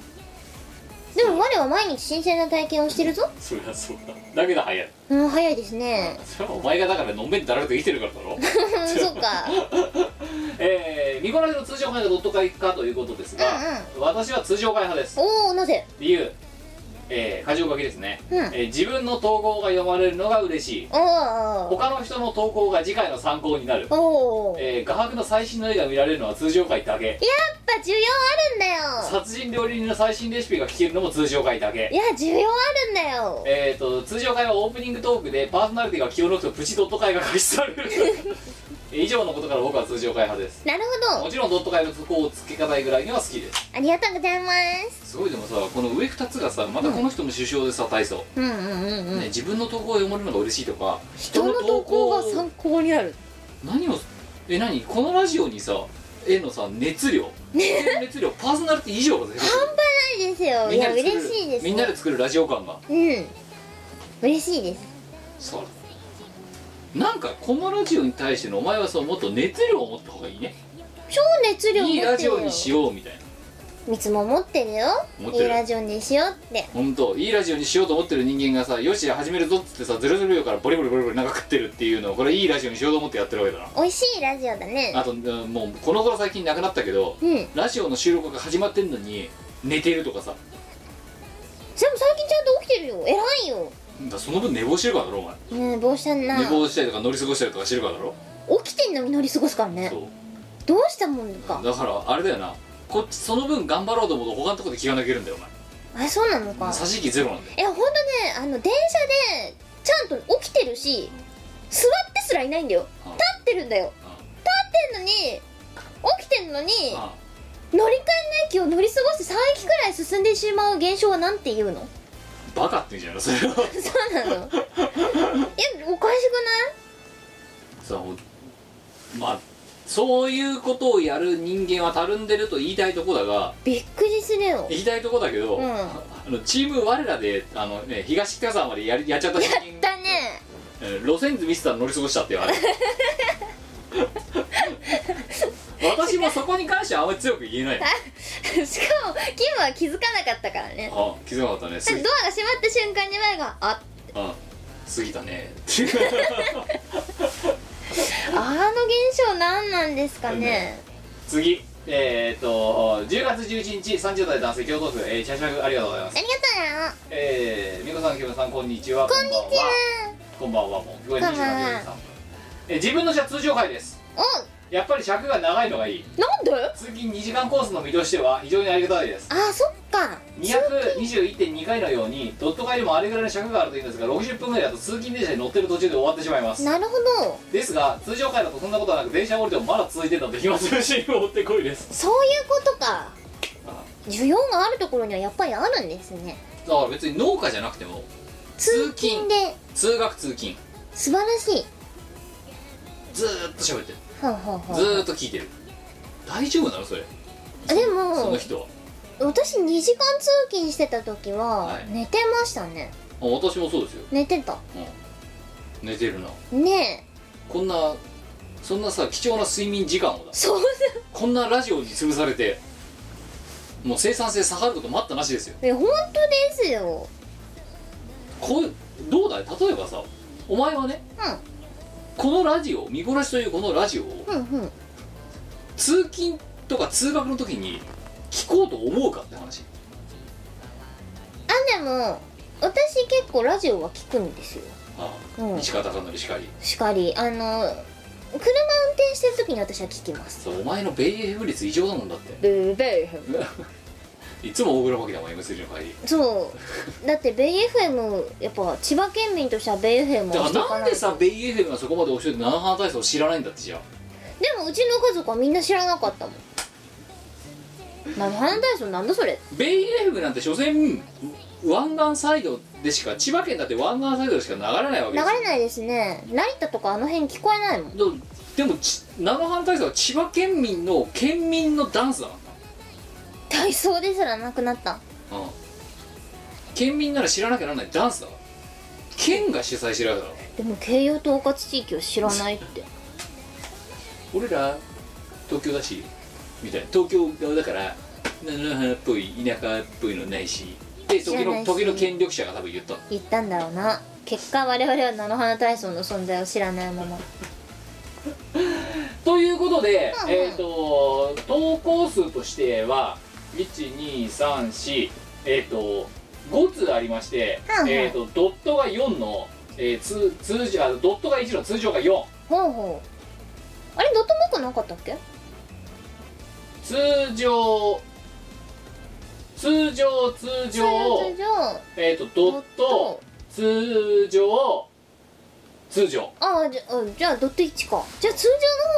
でも我は毎日新鮮な体験をしてるぞそりゃそうだだけど早いうん早いです ねそれはお前がだからのんべんだられて生きてるからだろ うんそうかえー、ミコラジの通常会がドット会かということですが、私は通常会派ですおおなぜ理由えー、箇条書きですね、うんえー自分の投稿が読まれるのが嬉しいおー他の人の投稿が次回の参考になる、おーやっえー、画伯の最新の絵が見られるのは通常会だけぱ需要あるんだよ殺人料理人の最新レシピが聞けるのも通常会だいけや需要あるんだよえー、と通常会はオープニングトークでパーソナリティが気を抜くとプチドット会が開始され るえー以上のことから僕は通常会派ですなるほもどちろんドット会の不幸をつけ方ぐらいには好きですありがとうございますすごいでもさこの上2つがさまたこの人も首相でさ大層、うんうんうんうんね、自分の投稿を読まれるのが嬉しいとか人の投稿が参考になる何をえ何このラジオにさ絵のさ熱量熱量パーソナリティ以上が全いいですよ部 いやみんなで嬉作るしいですみんなで作るラジオ感がうん嬉しいですそうなんかこのラジオに対してのお前はそうもっと熱量を持った方がいいね超熱量持ってるよいいラジオにしようみたいないつも持ってるよ持っているいラジオにしようって本当いいラジオにしようと思ってる人間がさよし始めるぞっつってさ00秒からボリボリボリボリ長く食ってるっていうのをこれいいラジオにしようと思ってやってるわけだな美味しいラジオだねあとうんもうこの頃最近なくなったけどうんでラジオの収録が始まってんのに寝てるとかさも最近ちゃんと起きてるよ偉いよだからその分寝坊してるからだろお前うん帽子たんな寝坊したりとか乗り過ごしたりとかしてるからだろ起きてんのに乗り過ごすからねそうどうしたもんかだからあれだよなこっちその分頑張ろうと思うと他のとこで気が抜けるんだよあそうなのお前か差し引きゼロなんだよえほんとねあの電車でちゃんと起きてるし座ってすらいないんだようん立ってるんだようん立ってんのに起きてんのにあ乗り換えの駅を乗り過ごして3駅くらい進んでしまう現象はなんて言うの あバカって言うんじゃないのそれはそうなのえおかしそうまあそういうことをやる人間はたるんでると言いたいとこだがくないびっくりするよ言いたいとこだけど、うんあのチーム我らであの、ね、東北沢までやりやっちゃった人間 だねえー路線図見せたら乗り過ごしたって言われる私もそこに関してはあんまり強く言えないしかもキムは気づかなかったからねあ気づかなかったねだすってドアが閉まった瞬間に前が「ああ過ぎたねあの現象何なんですかね次えー、っと10月11日30代男性京都府、えー、社食ありがとうございますありがとえー、美子さん、木村さん、こんにちは。こんにちは。こんばんは、もう、こんにちこんばんはは。えー、自分の車通常回です。うなおやっぱり尺が長いのがいい。なんで通勤2時間コースの身としては、非常にありがたいです。あそっか221.2回のように、ドット回でもあれぐらいの尺があるといいんですが、60分ぐらいだと通勤電車に乗ってる途中で終わってしまいます。なるほどですが、通常回だとそんなことはなく、電車降りてもまだ続いてたので、暇つぶしに追ってこいです。そういうことかあ需要があるところにはやっぱりあるんですねだから別に農家じゃなくても、通通勤勤で通学通勤、素晴らしいずーっと喋ってる。ほうほうほうずーっと聞いてる大丈夫なのそれでそもの人は私2時間通勤してた時ははい寝てましたねあ私もそうですよ、寝てたうん、寝てるなねえこんなそんなさ貴重な睡眠時間をだそうこんなラジオに潰されてもう生産性下がること待ったなしですよえ本当ですよこうどうだい例えばさお前はね、このラジオ見殺しというこのラジオをうんうん通勤とか通学の時に聞こうと思うかって話あでも私結構ラジオは聞くんですよああ、うん西方さんのりしかりしかりあの車運転してる時に私は聞きますそうお前のベイエフ率異常だもんだっブーベイていつも大黒摩季だもん M3 の帰りそうだってベイ FM やっぱ千葉県民としてはベイ FM をだかしていらかなんなでいでさベイ FM がそこまで教えて七半体操を知らないんだってじゃあもうちの家族はみんな知らなかったもん生花体操なんだそれベイ FM なんて所詮湾岸サイドでしか千葉県だって湾岸サイドでしか流れないわけで流すよれないですね成田とかあの辺聞こえないもんでもでもち七半体操は千葉県民の県民のダンスだか体操ですらなくなったらな、うん、県民なら知らなきゃならないダンスだから県が主催してるわけだからでも慶応統括地域を知らないって俺ら東京だしみたいな東京側だから七半っぽい田舎っぽいのないしで時知らなのいし時の権力者が多分言ったの言ったんだろうな結果我々は菜の花体操の存在を知らないままということで、うんうんえっ、と投稿数としては1234えっ、と5通ありまして、うんうんえっ、とドットが4の、えー、通通常あドットが1の通常が4ほうほうあれドットマークなかったっけ通常通常通常通常通常えっ、とドット通常通常ああじゃあじゃあドット1かじゃあ通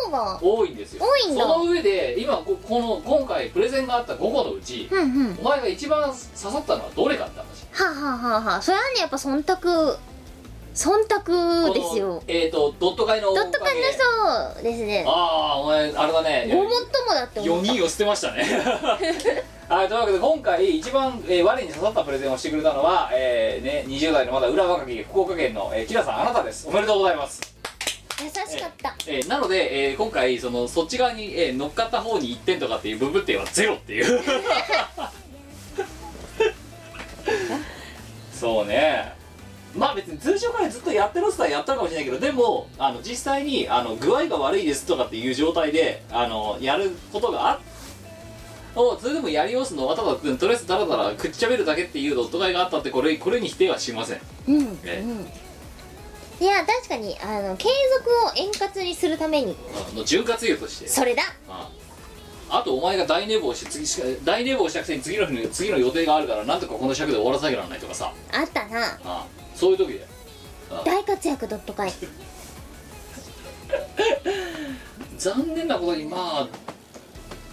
常の方が多いんですよ多いんだその上で今ここの今回プレゼンがあった5個のうち、うんうんはお前が一番刺さったのはどれかって話あ、はあはあはあ、それはねやっぱ忖度忖度ですこのよえっ、とドット会のドット会の人ですねああお前あれだごねもっともだって4思った人を捨てましたね はいというわけで今回一番、えー我に刺さったプレゼンをしてくれたのは、えーね、20代のまだ裏若き福岡県の、えーキラさんあなたですおめでとうございます、優しかったえーなので、えー今回そのそっち側に、えー乗っかった方に1点とかっていう部分点はゼロっていうそうねまあ別に通常からずっとやってる人はやったかもしれないけどでもあの実際にあの具合が悪いですとかっていう状態であのやることがあをそれでもやりよすのはただとりあえずだらだらくっちゃべるだけっていうドット買いがあったってこれこれに否定はしませんうんうえんいや確かにあの継続を円滑にするためにあの潤滑油としてそれだああとお前が大寝坊して次しか大寝坊したくせに次の日の次の予定があるからなんとかこの尺で終わらせなきゃならないとかさあったなあそういう時で大活躍ドット会残念なことにまあ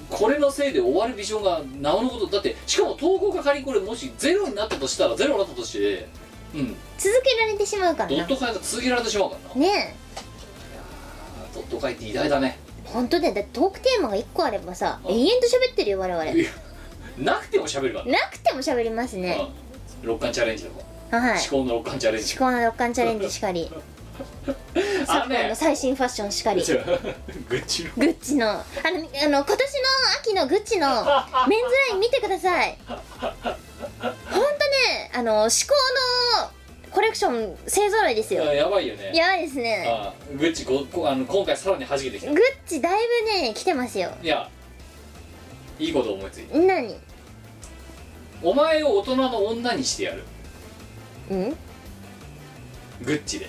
これのせいで終わるビジョンがなおのことだってしかも投稿が仮にこれもしゼロになったとしたらゼロになったとしてうん続けられてしまうかドらットな会が続けられてしまうからなねドット会って偉大だね え本当だよだってトークテーマが1個あればさあ永遠と喋ってるよ我々いやなくても喋るからねなくても喋りますねうん六冠チャレンジとか、はい思考の六冠チャレンジ至高の六冠チャレンジしかりあの昨今の最新ファッションしか り違うグッチのグッチのあのあの今年の秋のグッチのメンズライン見てくださいほんとねあの至高のコレクション勢ぞろいですよあやばいよねやばいですねあグッチここあの今回さらに弾けてきたグッチだいぶね来てますよいやいいこと思いついた何お前を大人の女にしてやるうんグッチで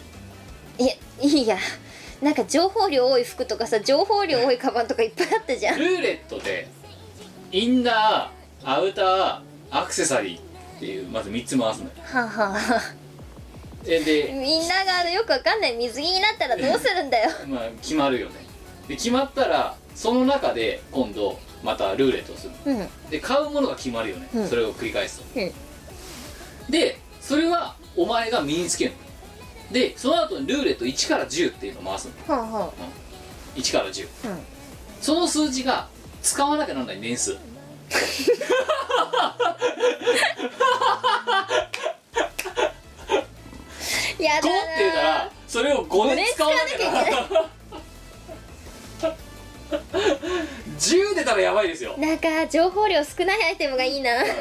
いやいいやなんか情報量多い服とかさ情報量多いカバンとかいっぱいあったじゃんルーレットでインナーアウターアクセサリーっていうまず3つ回すのよはあ、はあはあ、えで、みんながあのよくわかんない水着になったらどうするんだよまあ、決まるよねで決まったらその中で今度またルーレットをするうんで買うものが決まるよね、うんそれを繰り返すと、うんでそれはお前が身につけるのでその後にルーレット1から10っていうのを回すのはあは1から10、うんその数字が使わなきゃなんない年数5ってあやだな言うたらそれを5年使わなきゃな五年使わ 10出たらやばいですよなんか情報量少ないアイテムがいいない下ら手す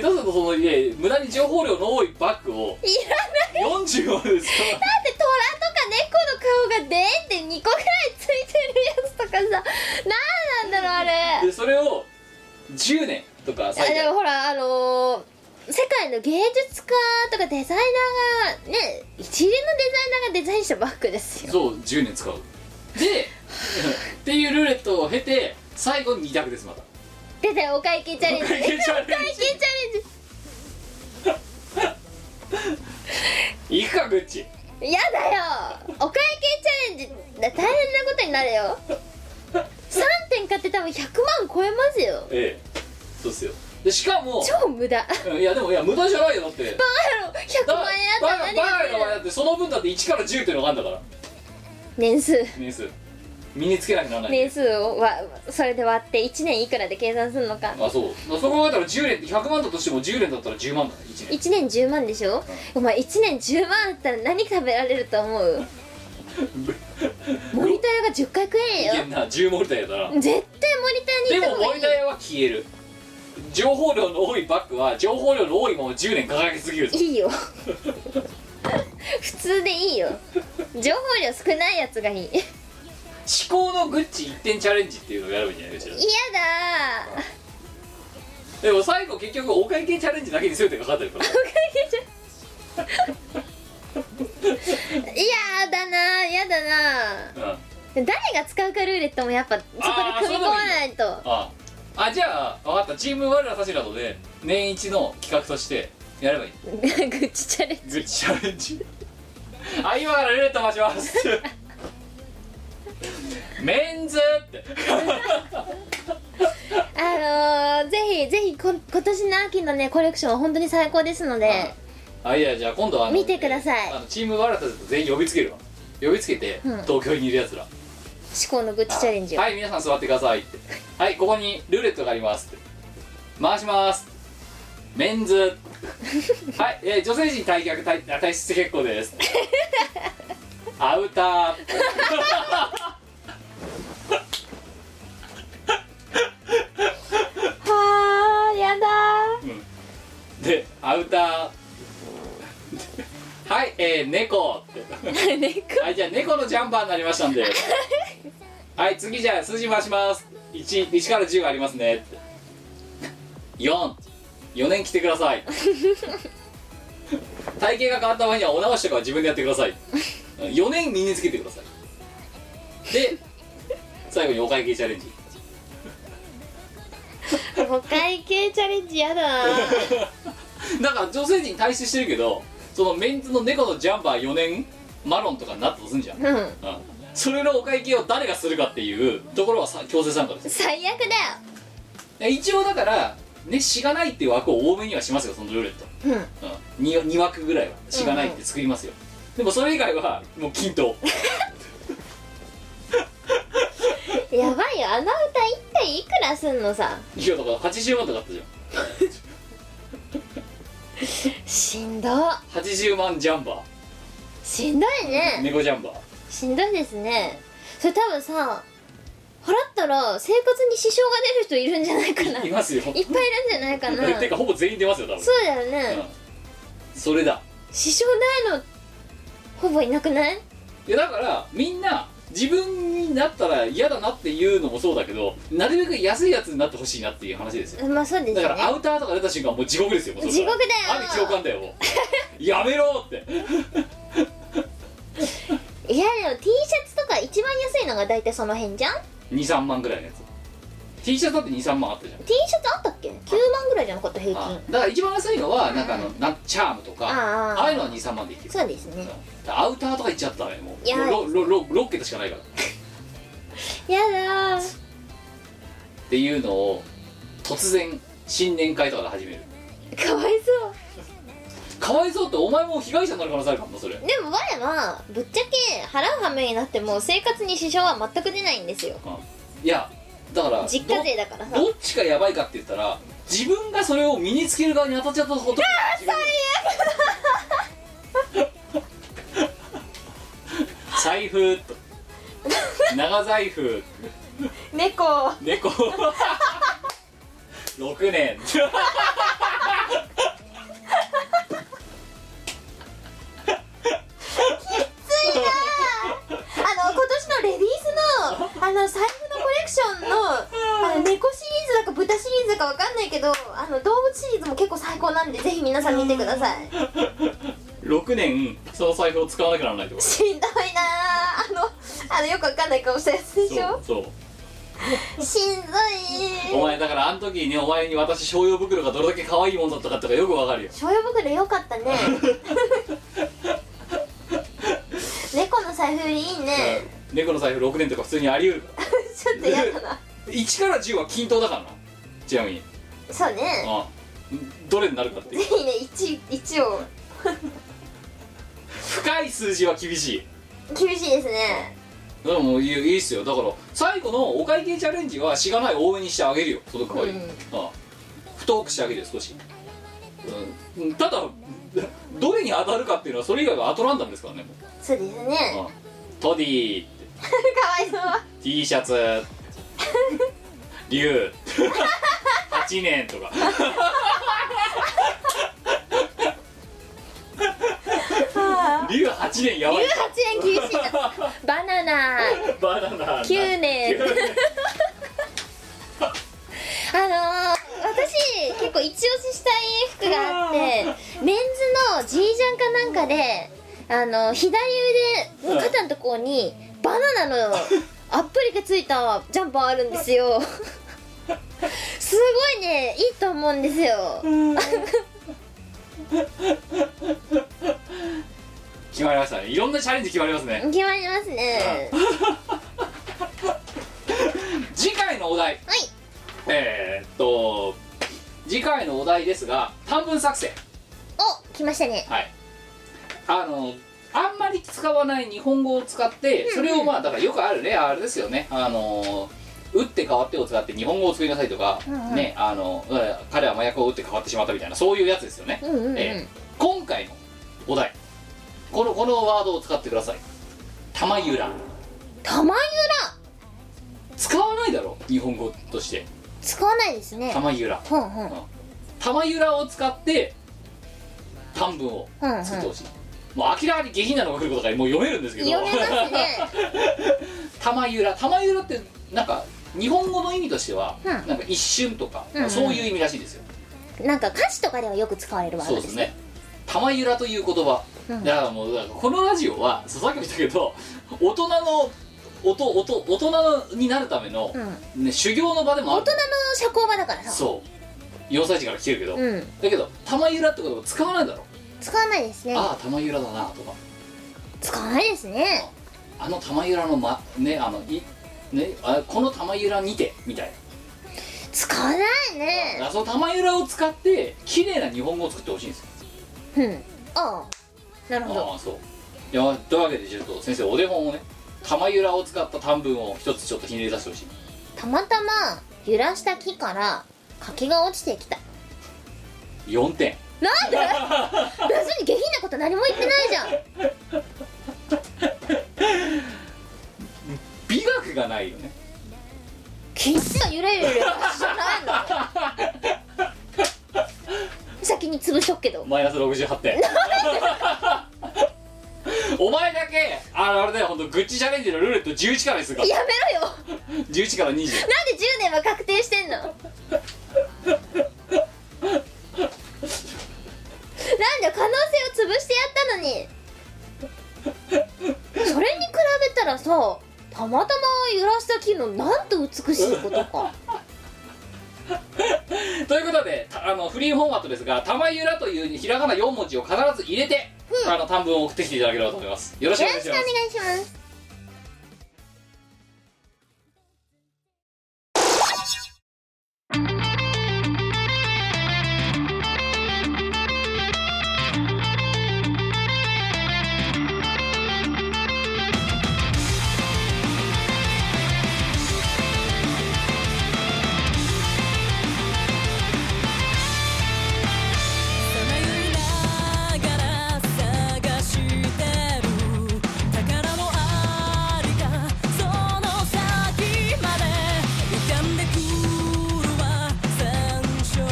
るとその家無駄に情報量の多いバッグをない40まで使わだって虎とか猫の顔がでーって2個ぐらいついてるやつとかさなんなんだろうあれないでそれを10年とか最あでも大ほらあのー世界の芸術家とかデザイナーがね一流のデザイナーがデザインしたバッグですよそう10年使うでっていうルーレットを経て最後に2択ですまた出てお会計チャレンジお会計チャレンジお会計チいくかグッチャレンジやだよお会計チャレンジだ大変なことになるよ3点買って多分100万超えますよええそうっすよでしかも超無駄うんいやでもいや無駄じゃないよだってバカ野郎100だ万円バあカったら何バがカの場合だ出るってその分だって1から10っていうのがあるんだから年数年数身につけなきゃならない年数をわそれで割って1年いくらで計算するのかあそうだからそこ考えたら10年って100万だとしても10年だったら10万だね1年 1年10万でしょお前1年10万あったら何食べられると思うモニターが10回食いえんよけんな10モルターやから絶対モニターでに行っもた方モがリいいタイは消える情報量の多いバッグは情報量の多いまま10年掲げすぎるぞいいよ普通でいいよ情報量少ないやつがいい嫌至高のグッチ1点チャレンジっていうのをやればいいんじゃないかしらだーでも最後結局お会計チャレンジだけに全てかかってるから嫌だなー嫌だなーうんあ誰が使うかルーレットもやっぱそこで組み込まないとああじゃあ分かったチーム我らたちなどで年一の企画としてやればいい グッチチャレングジッチチャレンジあ今からルーレット回しますメンズってあのー、ぜひぜひこ今年の秋のねコレクションは本当に最高ですのであいやじゃあ今度はあの見てくださいあのチームワラタズと全員呼びつけるわ呼びつけて、うん東京にいるやつら至高のグッチチャレンジをはい皆さん座ってくださいってはいここにルーレットがありますって回しますメン ズはい、えー女性陣退却退あ退出結構ですアウターはーやだでアウターはいえー、猫ってー 猫はいじゃあ猫のジャンパーになりましたんではい次じゃあ数字回します 1, 1から10ありますね44年来てください体型が変わった場合にはお直しとかは自分でやってください4年身につけてくださいで最後にお会計チャレンジお会計チャレンジやだなーだから女性陣退出してるけどそのメンズの猫のジャンパー4年マロンとかになったとすんじゃんうんうんそれのお会計を誰がするかっていうところはさ強制参加です最悪だよえ一応だからねしがないっていう枠を多めにはしますよそのルーレット、うんうん、2, 枠ぐらいはしがないって作りますよ、でもそれ以外はもう均等やばいよあの歌一体いくらすんのさいやだから80万とかあったじゃんしんど80万ジャンバしんどいーね猫ジャンバーしんどいですねそれ多分さ払ったら生活に支障が出る人いるんじゃない かないいっますよぱいいるんじゃない かなてかほぼ全員出ますよ多分そうだよね、うんそれだ支障ないのほぼいなくないいやだからみんな自分になったら嫌だなっていうのもそうだけどなるべく安いやつになってほしいなっていう話ですよまあそうですだよからアねウターとか出た瞬間もう地獄ですよもうそれは地獄だよある教官だよもうやめろっていやでも T シャツとか一番安いのが大体その辺じゃん23万ぐらいのやつ T シャツだって23万あったじゃん T シャツあったっけ9万ぐらいじゃなかった平あ均だから一番安いのはなんかあの、なんチャームとかああああいうのは23万でいけるそうですねうんアウターとかいっちゃったねもいやうロロロロ6桁しかないからやだーっていうのを突然新年会とかで始めるかわいそうかわいそうってお前も被害者になる可能性あるかもそれでも我はぶっちゃけ払う羽目になっても生活に支障は全く出ないんですよいやだから実家勢だからさどどっちがやばいかって言ったら自分がそれを身につける側に当たっちゃったこと財布と長財布猫猫6年あの今年のレディースのあの財布のコレクションのあの猫シリーズだか豚シリーズだかわかんないけどあの動物シリーズも結構最高なんでぜひ皆さん見てください6年その財布を使わなくならないってことしんどいなーあのあのよくわかんない顔したやつでしそうょそうしんどおい前だからあの時にお前に私商用袋がどれだけ可愛いもんだったかとかよくわかるよ醤油袋よか ったね猫の財布よりいいね猫の財布6年とか普通にあり得るからちょっと嫌だな1から10は均等だからなちなみにそうねあどれになるかっていぜうひね一一を深い数字は厳しい厳しいですねでももういいいいっすよだから最後のお会計チャレンジはしがない多めにしてあげるよその代わり、うんあ太くしてあげるよ少し、うん、ただどれに当たるかっていうのはそれ以外はアトランダムですからねもうそうですねあトディーって か わい T シャ ツ 竜8年とかそう18竜8年やばい円厳しいなバナナ バナナ9年 あのー、私結構一押ししたい服があってメンズの G ジャンかなんかであの左腕の肩のところにバナナのアップリがついたジャンパーあるんですよすごいねいいと思うんですよ決まりましたねいろんなチャレンジ決まりますね決まりますね次回のお題はいえー、っと次回のお題ですが短文作成お来ましたねはいあのあんまり使わない日本語を使ってそれをまあだからよくあるねあれですよねあの打って変わってを使って日本語を作りなさいとか、んうんねあのうん彼は麻薬を打って変わってしまったみたいなそういうやつですよね、うんうんうん、えー今回のお題このこのワードを使ってください玉ゆら玉ゆら使わないだろ日本語として使わないですね玉ゆらほんほん玉ゆらを使って短文を作ってほしい、もう明らかに下品なのが来ることがもう読めるんですけど読めますね 玉ゆら玉ゆらってなんか日本語の意味としては、うんなんか一瞬とか、うんうんそういう意味らしいですよ、なんか歌詞とかではよく使われるワーそうでドですすね玉ゆらという言葉、うんだからもうだからこのラジオはそうさっきも言ったけど大人の音音大人になるためのう、ん、ね、修行の場でもあ大る人の社交場だからさそう4歳児から聞けるけど、うんだけど玉ゆらって言葉使わないだろ、使わないですねああ玉ゆらだなとか使わないですねあの玉ゆらの、ま、ねあのいねあこの玉ゆらにてみたい使わないな、ねその玉ゆらを使って綺麗な日本語を作ってほしいんですようんああなるほどああそういやというわけでちょっと先生お手本をね玉ゆらを使った短文を一つちょっとひねり出してほしいたまたま揺らした木から柿が落ちてきた4点なんで別に下品なこと何も言ってないじゃん 美学がないよね キスが揺れる揺れるじゃないの先に潰しとくけどマイナス68点 お前だけあのあれだよ本当グッチチャレンジのルーレット11からにするかやめろよ11から20なんで10年は確定してんのなんで可能性を潰してやったのにそれに比べたらさたまたま揺らした木のなんと美しいこ とかということでたあのフリーフォーマットですが「玉ゆら」というひらがな4文字を必ず入れて、あの短文を送ってきていただければと思いますよろしくお願いしおま願すいします「さまよいながら探してる」「宝のありかその先まで」「浮かんでくるは三色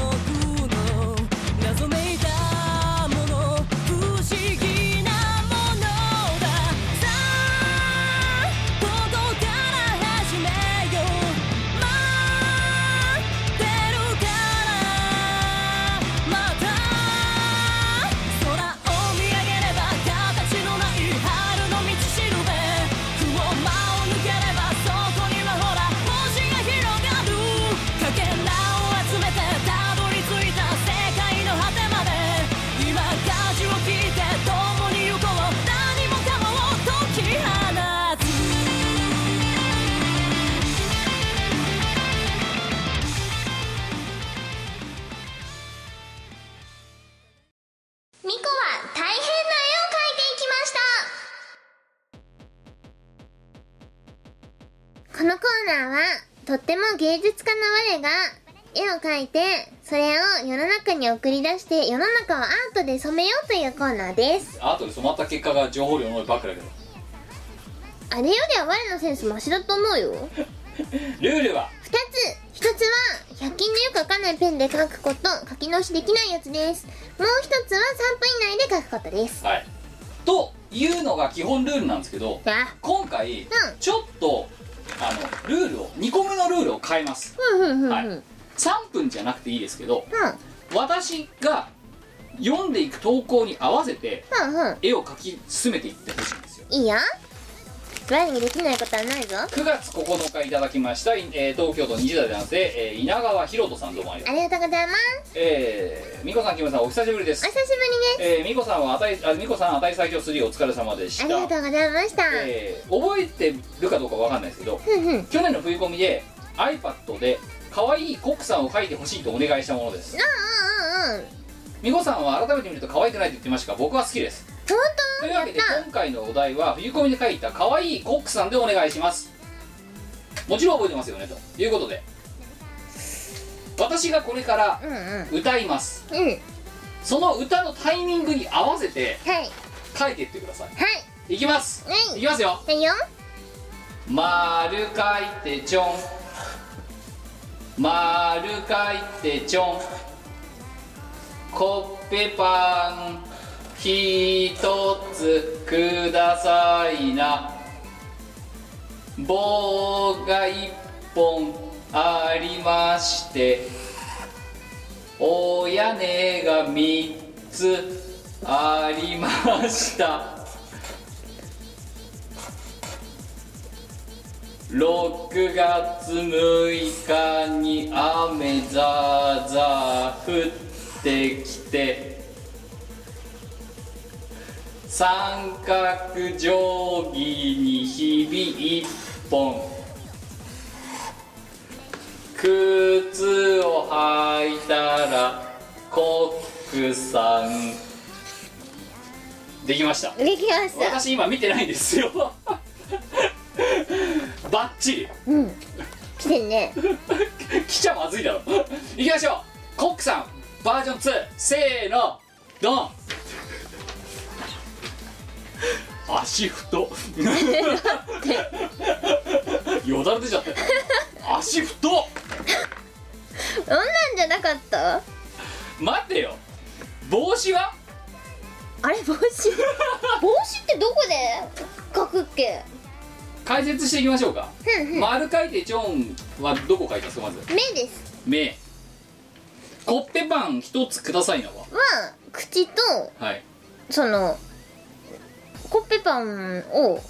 の」「謎めいたもの不思議なものだ」「さあここから始めよう」「待ってるから」「また空を見上げれば形のない春の道しるべ」「雲間を抜ければそこにはほら星が広がる」「かけらを集めてたどり着いた世界の果てまで」「今舵を切って共に行こう」「何もかもを解き放つ」ミコは大変な絵を描いていきましたこのコーナーはとっても芸術家の我が絵を描いてそれを世の中に送り出して世の中をアートで染めようというコーナーですあとで染まった結果が情報量の多いばっかだけどあれよりは我のセンスマシだと思うよルールは2つ1つは100均でよく描かないペンで描くこと書き直しできないやつですもう1つは3分以内で描くことですはいというのが基本ルールなんですけどあ今回ちょっとあのルールを2個目のルールを変えますふんふんふんふん、はいうん3分じゃなくていいですけど私が読んでいく投稿に合わせてふんふん絵を描き進めていってほしいんですよいいよ我にできないことはないぞ9月9日いただきました、いえー東京都20代男性、えー稲川ひろとさんどうもありがあとうりがとうございますえー、美子さんキムさんお久しぶりでおす久しぶりでえー、美子さんはあたいあ美子さん値最強3お疲れ様でしすたありがとうございました、えー覚えてるかどうかわかんないですけどふんふん去年の冬コミで iPad で可愛いコックさんを描いてほしいとお願いしたものですうんうんうん美子さんは改めて見ると可愛くないと言ってましたが僕は好きです本というわけで今回のお題は冬コミで描いた可愛いコックさんでお願いしますもちろん覚えてますよねということで私がこれから当うんうん歌いますうんはいその歌のタイミングに合わせてはい書いていってくださいいきますはいいきますよはいよ丸書いてちょん丸書いてちょんコッペパンひとつくださいな棒が一本ありましてお屋根が三つありました6月6日に雨ザーザー降ってきて三角定規にひび一本靴を履いたらコックさんできましたできました私今見てないんですよバッチリうん来てんね来ちゃまずいだろいきましょうコックさんバージョン2せーのドン足太よだれ出ちゃったよ足太そんなんじゃなかった待ってよ帽子はあれ 帽子帽子ってどこで書くっけ解説していきましょうかふんふん丸書いてチョンはどこ書いたんですかまず目です目コッペパン一つくださいなはは口とはいそのコッペパンを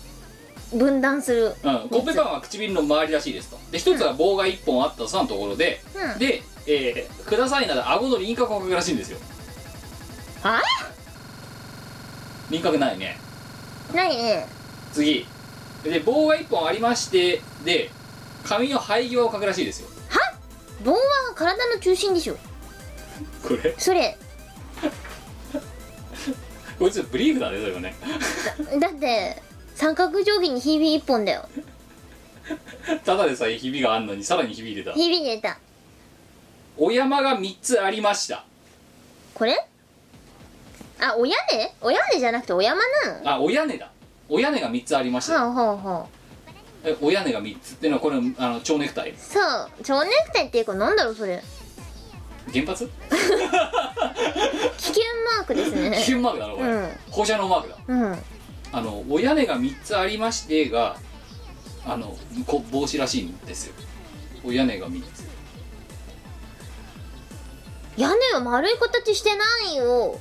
分断するうん、コッペパンは唇の周りらしいですとで一つは棒が1本あったさのところで、うんで、えーくださいなら顎の輪郭を描くらしいんですよあ輪郭ないねないね次で棒が1本ありましてで髪の生え際を描くらしいですよ棒は体の中心でしょこれそれこいつブリーフだねそれはね だって三角定規にひび一本だよただでさえひびがあんのにさらにひび入れたひび入れたお山が3つありましたこれあお屋根お屋根じゃなくてお山なのあお屋根だお屋根が3つありましはた、あはあはあえお屋根が3つってのはこれあの蝶ネクタイそう蝶ネクタイっていうかなんだろうそれ原発危険マークです危ね険マークだろこれ、うん放射能マークだうんあのお屋根が3つありましてがあのこ帽子らしいんですよお屋根が3つ 屋根は丸い形してないよ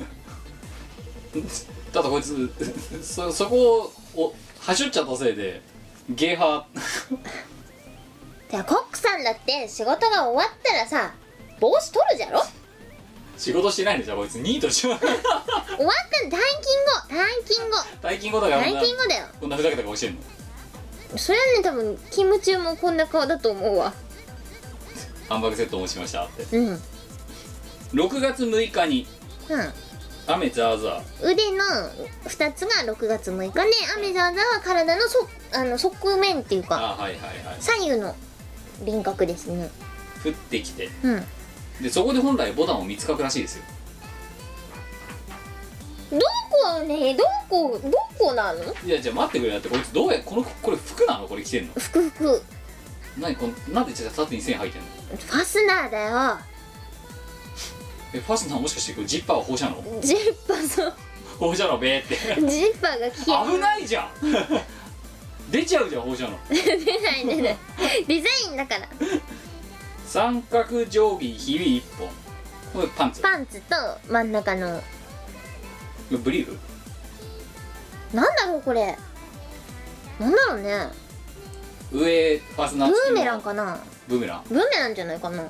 ただこいつ そそこをおはしょっちゃったせいでゲーハー てかコックさんだって仕事が終わったらさ帽子取るじゃろ仕事してないんでしょこいつニートじゃん 終わったら退勤後退勤後大金語だから退こんな勤後だよこんなふざけた顔してんのそれはね多分勤務中もこんな顔だと思うわハンバーグセットお持ちしましたってうんうん6月6日に雨ザーザ腕の2つが6月6日で雨ザーザーは体のそあの側面っていうーかあーはいはいはい左右の輪郭ですね降ってきてうんでそこで本来ボタンを見つかくらしいですよどこねどこどこなのいやじゃあ待ってくれだってこいつどうやこのこれ服なのこれ着てんのふくふく何このなんでじゃあ縦に線入ってんのファスナーだよえファスナーもしかしてこれジッパーは放射 能ジッパ ーそ放射能べーってうジッパーが消え危ないじゃん出ちゃうじゃん放射能出ない出ないデザインだから三角定規ひび一本これパンツパンツと真ん中のブリーフなんだろうこれなんだろうね上ファスナブーーメランかなブーメランブーメランじゃないかな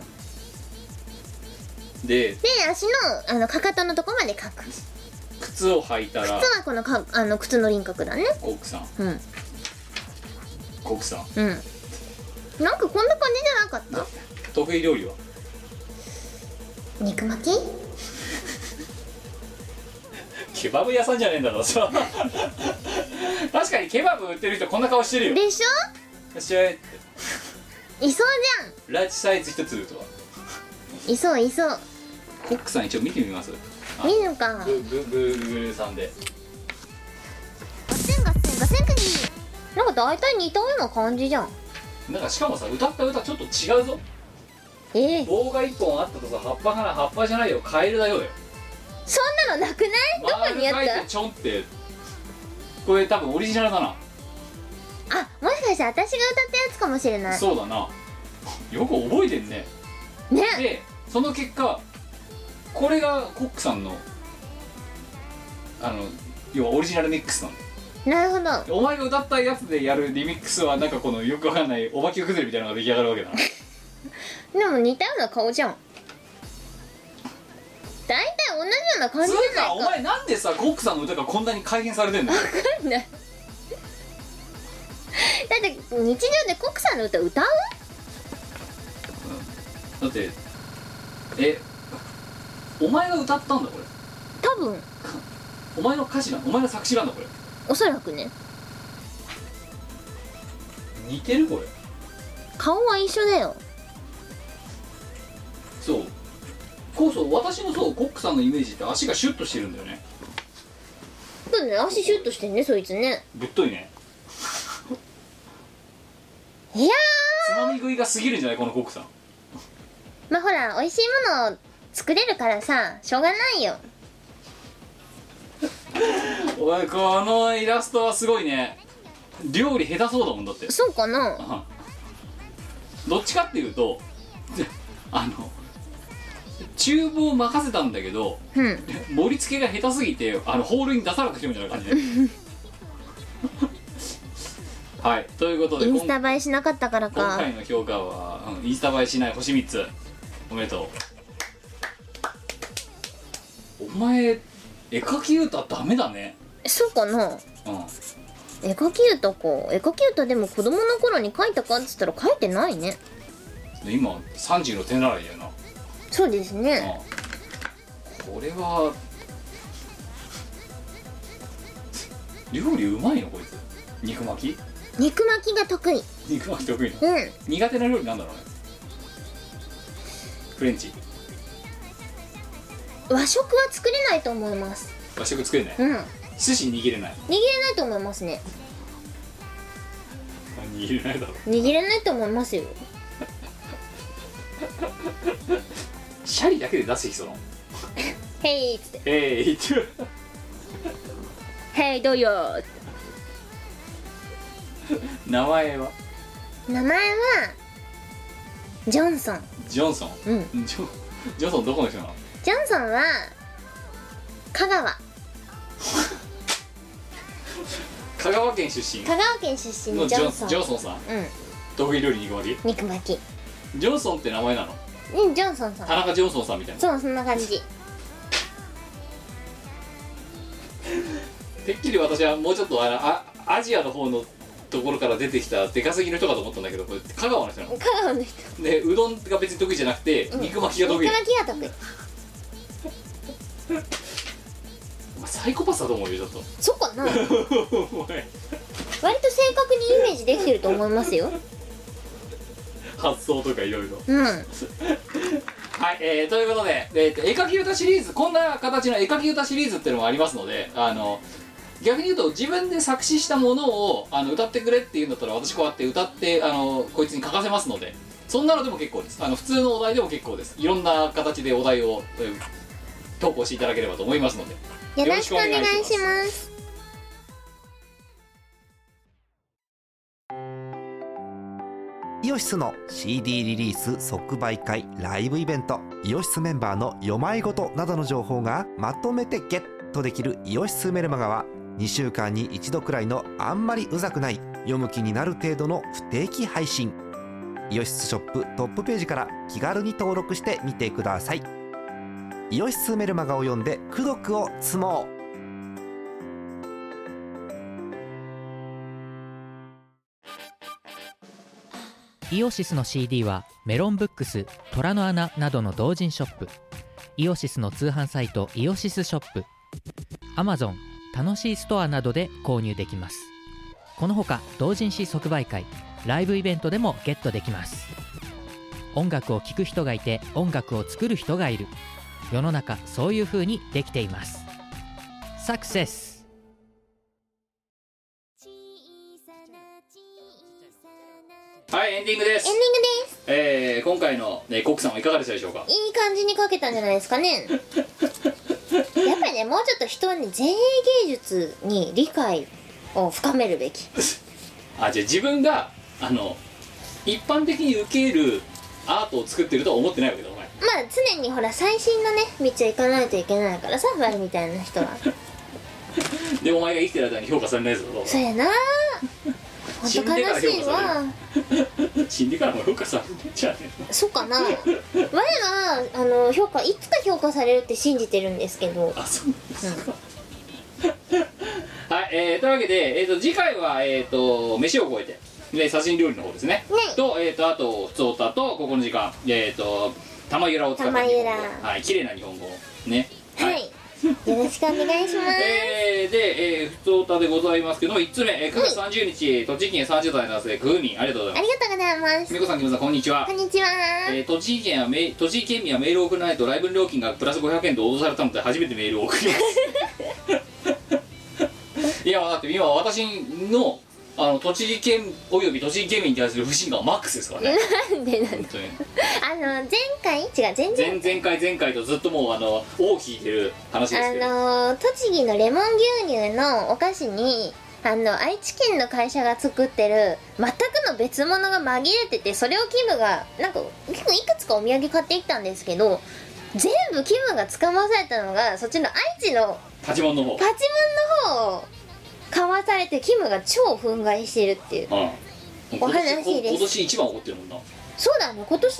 でで足のあのかかとのとこまで描く靴靴を履いたらはこのかあの靴の輪郭だねコックさんうんコックさんうんなんかこんな感じじゃなかっ得意料理はた肉巻きケバブ屋さんじゃねえんだろ さ確かにケバブ売ってる人こんな顔してるよでしいらっしゃいってょいそうラージサイズ一つとはじゃんいそういそうコックさん一応見てみますあ見るかグググーグルさんでガセンガセンガセンクニーなんか大体似たような感じじゃんなんかしかもさ歌った歌ちょっと違うぞええ棒が一本あったとさ葉っぱかな葉っぱじゃないよカエルだよだよそんなのなくないどこにや丸っ書いてたちょんってこれ多分オリジナルだな、あもしかして私が歌ったやつかもしれないそうだなよく覚えてんねねでその結果これがコックさんのあの要はオリジナルミックスなのなるほどお前が歌ったやつでやるリミックスはなんかこのよくわかんないお化け崩れみたいなのが出来上がるわけ だなでも似たような顔じゃん大体同同じような感じつじうゃかないおか前なんでさコックさんの歌がこんなに改変されてんのよねだって日常でコックさんの歌歌うだってえお前が歌ったんだこれ多分お前の歌詞なんだお前の作詞なんだこれおそらくね似てるこれ顔は一緒だよそうこうそう私のそうコックさんのイメージって足がシュッとしてるんだよねそうだね足シュッとしてんねそいつねぶっといねいやつまみ食いが過ぎるんじゃないこのコックさんーまあほら美味しいものを作れるからさしょうがないよおいこのイラストはすごいね料理下手そうだもんだってそうかなうんどっちかっていうとあの厨房任せたんだけどうん盛り付けが下手すぎてあのホールに出さなくてもみたいな感じ ではいということでイン今スタ映えしなかったから今か回の評価は、うんインスタ映えしない星3つおめでとうお前絵描き歌ダメだねそうかうなん絵描き歌か絵描き歌でも子供の頃に描いたかっつったら描いてないねで今30の手習いだよなそうですねこれは料理うまいのこいつ肉巻き肉巻きが得意肉巻き得意なのうん苦手な料理なんだろうねフレンチ和食は作れないと思います和食作れないうん握寿司握れないれないと思いますねあ握れないだろう握れないと思いますよシャリだけで出してきそうな「へい」っつってええー、って「へいどうよー名前は」名前はジョンソンジョンソンうんジョンジョンソンどこの人なのジョンソンは香川香川県出身香川県出身ののジジョョンンソソンンジョンソンさんうん得意料理肉巻肉巻ききジョンソンって名前なのうんジョンソンさん田中ジョンソンさんみたいなそうそんな感じてっきり私はもうちょっとあのあアジアの方のところから出てきた出稼ぎの人かと思ったんだけどこれ香川の人なの香川の人でうどんが別に得意じゃなくてうん肉巻きが得意、肉巻きが得意お前サイコパスだと思うよちょっそうかなとお割前と正確にイメージできてると思いますよ発想とかいろいろうんはい、えー、ということで、えーと、絵描き歌シリーズこんな形の絵描き歌シリーズっていうのもありますのであの逆に言うと自分で作詞したものをあの歌ってくれっていうんだったら私こうやって歌ってあのこいつに書かせますのでそんなのでも結構ですあの普通のお題でも結構ですいろんな形でお題を、えー投稿していただければと思いますのでよろしくお願いしますイオシスの CD リリース即売会ライブイベントイオシスメンバーの読まいごとなどの情報がまとめてゲットできる「イオシスメルマガ」は2週間に1度くらいのあんまりうざくない読む気になる程度の不定期配信イオシスショップトップページから気軽に登録してみてくださいイオシスメルマガを読んで「功徳を積もう」イオシスの CD はメロンブックス虎の穴などの同人ショップイオシスの通販サイトイオシスショップ Amazon 楽しいストアなどで購入できますこのほか同人誌即売会ライブイベントでもゲットできます音楽を聴く人がいて音楽を作る人がいる世の中そういう風にできていますサクセスはいエンディングですエンディングですえー、今回の、ね、コックさんはいかがでしたでしょうかいい感じに書けたんじゃないです かねやっぱりねもうちょっと人に前衛芸術に理解を深めるべきあじゃあ自分があの一般的に受け入るアートを作ってるとは思ってないわけだお前まあ常にほら最新のね道を行かないといけないからさファルみたいな人はでお前が生きてる間に評価されないぞそうやなほん死んとでから悲しい評価さわれる死んでからも評価されるんじゃね そうかな我はあの評価いつか評価されるって信じてるんですけどあそうなんですか、はい、えー、というわけで、えー、と次回は、えー、と飯を超えてで写真料理の方ですね、と,、えー、とあと普通歌とここの時間えっ、と玉ゆらを使った日本語玉ゆらはい綺麗な日本語をねはいよろしくお願いしますえー、で、えー、普通歌でございますけど1つ目、えー、9月30日、栃木県30代男性グーミンありがとうござあいまりがとうございますすみこさんきむさんこんにちはこんにちはえー栃木県はめ栃木県民はメールを送らないとライブ料金がプラス500円と脅されたので初めてメールを送ります いやだって今私のあの栃木県および栃木県民に対する不信感はマックスですからねなんでなん本当にあの前回違う前々前々回前回とずっともうあの尾を引いてる話ですけど、あのー栃木のレモン牛乳のお菓子にあの愛知県の会社が作ってる全くの別物が紛れててそれをキムがなんか結構いくつかお土産買ってきたんですけど全部キムが捕まされたのがそっちの愛知のパチモンの方、パチモンの方を買わされてキムが超憤慨してるっていううん、お話です今年今年一番怒ってるもんなそうだね今年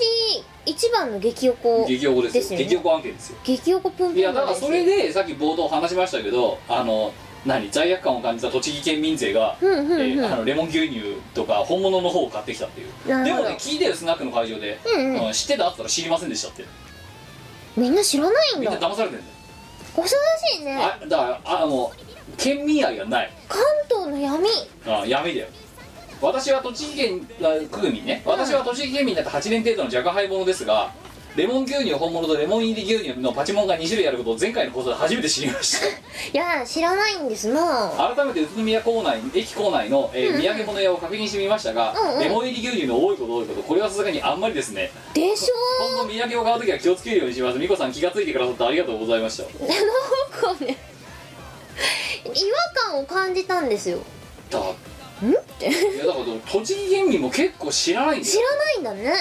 一番の激おこ激おこですよですよね激おこ案件ですよ激おこプンプンいやだからそれでさっき冒頭話しましたけどあの何罪悪感を感じた栃木県民勢が、うんうんうんえーあのレモン牛乳とか本物の方を買ってきたっていうでなもるほどね聞いてるスナックの会場で、うんうんうん知ってたあったら知りませんでしたってみんな知らないんみんなだ騙されてるんだよ恐ろしいねあだからあの県民愛がない関東の闇あ闇だよ私は栃木県あ区民ね私は栃木県民だって8年程度の若干配物ですがレモン牛乳本物とレモン入り牛乳のパチモンが2種類あることを前回の放送で初めて知りましたいや知らないんですな改めて宇都宮構内駅構内の、えー土産物屋を確認してみましたが、うんうんレモン入り牛乳の多いこと多いことこれはさすがにあんまりですねでしょ今後土産を買うときは気をつけるようにします美子さん気がついてくださってありがとうございましたうなんかね違和感を感じたんですよだんんっていやだから栃木県民も結構知らないんです知よらないんだね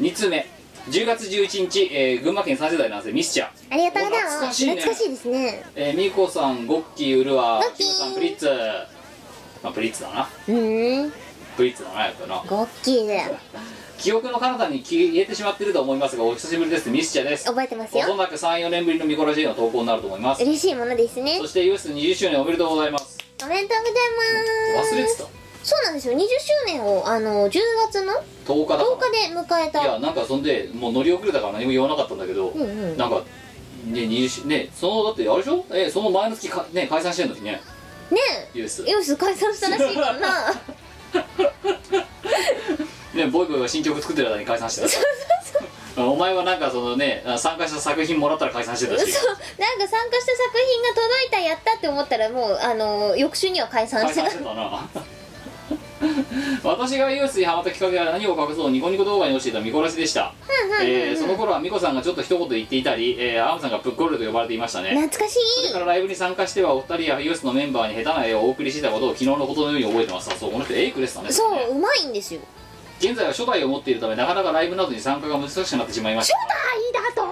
2通目10月11日、えー群馬県3世代男性ミスちゃんありがとうございます懐かしいね懐かしいですねえー美子さんゴッキーウルワゴッキーキムさんプリッツまあプリッツだなうーんプリッツだなやっぱなゴッキーだよ記憶の彼方に消えてしまってると思いますがお久しぶりですミスちゃんです覚えてますおそよらく34年ぶりのミコラジーの投稿になると思います嬉しいものですねそしてユース20周年おめでとうございますおめでとうございます忘れてたそうなんですよ20周年をあの10月の10日だ10か日で迎えらいやたなんかそんでもう乗り遅れたから何も言わなかったんだけど、うんうんなんかね20ねそのだってあれでしょえその前の月かね解散してんのにねねユースえイオシス解散したらしいからなねボイボイは新曲作ってる間に解散してた お前はなんかそのね参加した作品もらったら解散してたしそうなんか参加した作品が届いたやったって思ったらもうあの翌週には解散解して散たしてたな私がユースにハマったきっかけは何を隠そうニコニコ動画に落ちていたミコラジでした、えーその頃はミコさんがちょっと一言言っていたり、えーアムさんがプッコルと呼ばれていましたね懐かしそれいからライブに参加してはお二人やユースのメンバーに下手な絵をお送りしていたことを昨日のことのように覚えてますあそうこの人エイクでしたねそううまいんですよ現在は初代を持っているためなかなかライブなどに参加が難しくなってしまいました初代だと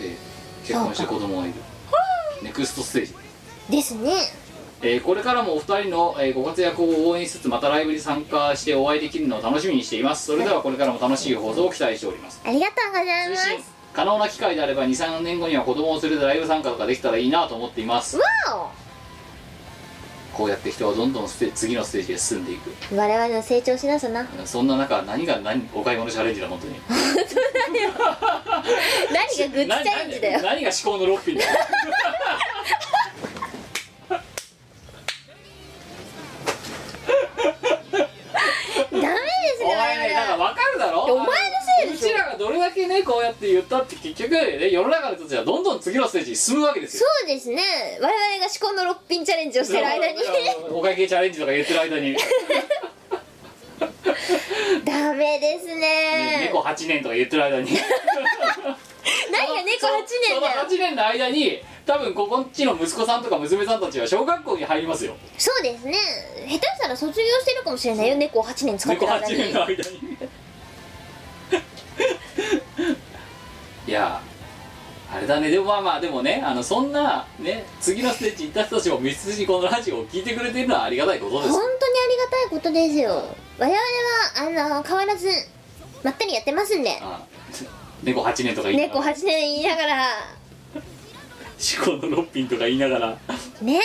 えー結婚して子供がいるネクストステージですねえーこれからもお二人の、えーご活躍を応援しつつまたライブに参加してお会いできるのを楽しみにしていますそれではこれからも楽しい放送を期待しておりますありがとうござい推ます進可能な機会であれば23年後には子供を連れてライブ参加とかできたらいいなと思っていますわこうやって人はどんどんステ次のステージへ進んでいくお我々の成長しなさなそんな中何が何お買い物チャレンジだ本当に何がグッズチャレンジだよな何が思考のロッピンだ よおダメですよ前ねだから分かるだろお前のせいでしょうちらがどれだけねこうやって言ったって結局、ね、世の中の人たちはどんどん次のステージに進むわけですよそうですね我々が至高の六品チャレンジをしてる間にお会計チャレンジとか言ってる間 に、ねダメですね猫8年とか言ってる間に何が猫8そ年だのよ8年の間に多分ここっちの息子さんとか娘さんたちは小学校に入りますよそうですね下手したら卒業してるかもしれないよ猫8年使って猫8る間に年の間にいやあれだねでもまあまあでもねあのそんなね次のステージ行った人たちも密接にこのラジオを聞いてくれてるのはありがたいことで本当にすありがたいことですよ我々はあの変わらずまったりやってますんであ猫8年とか言いなが猫ら8年言いながら至高の6品とか言いながらねなんで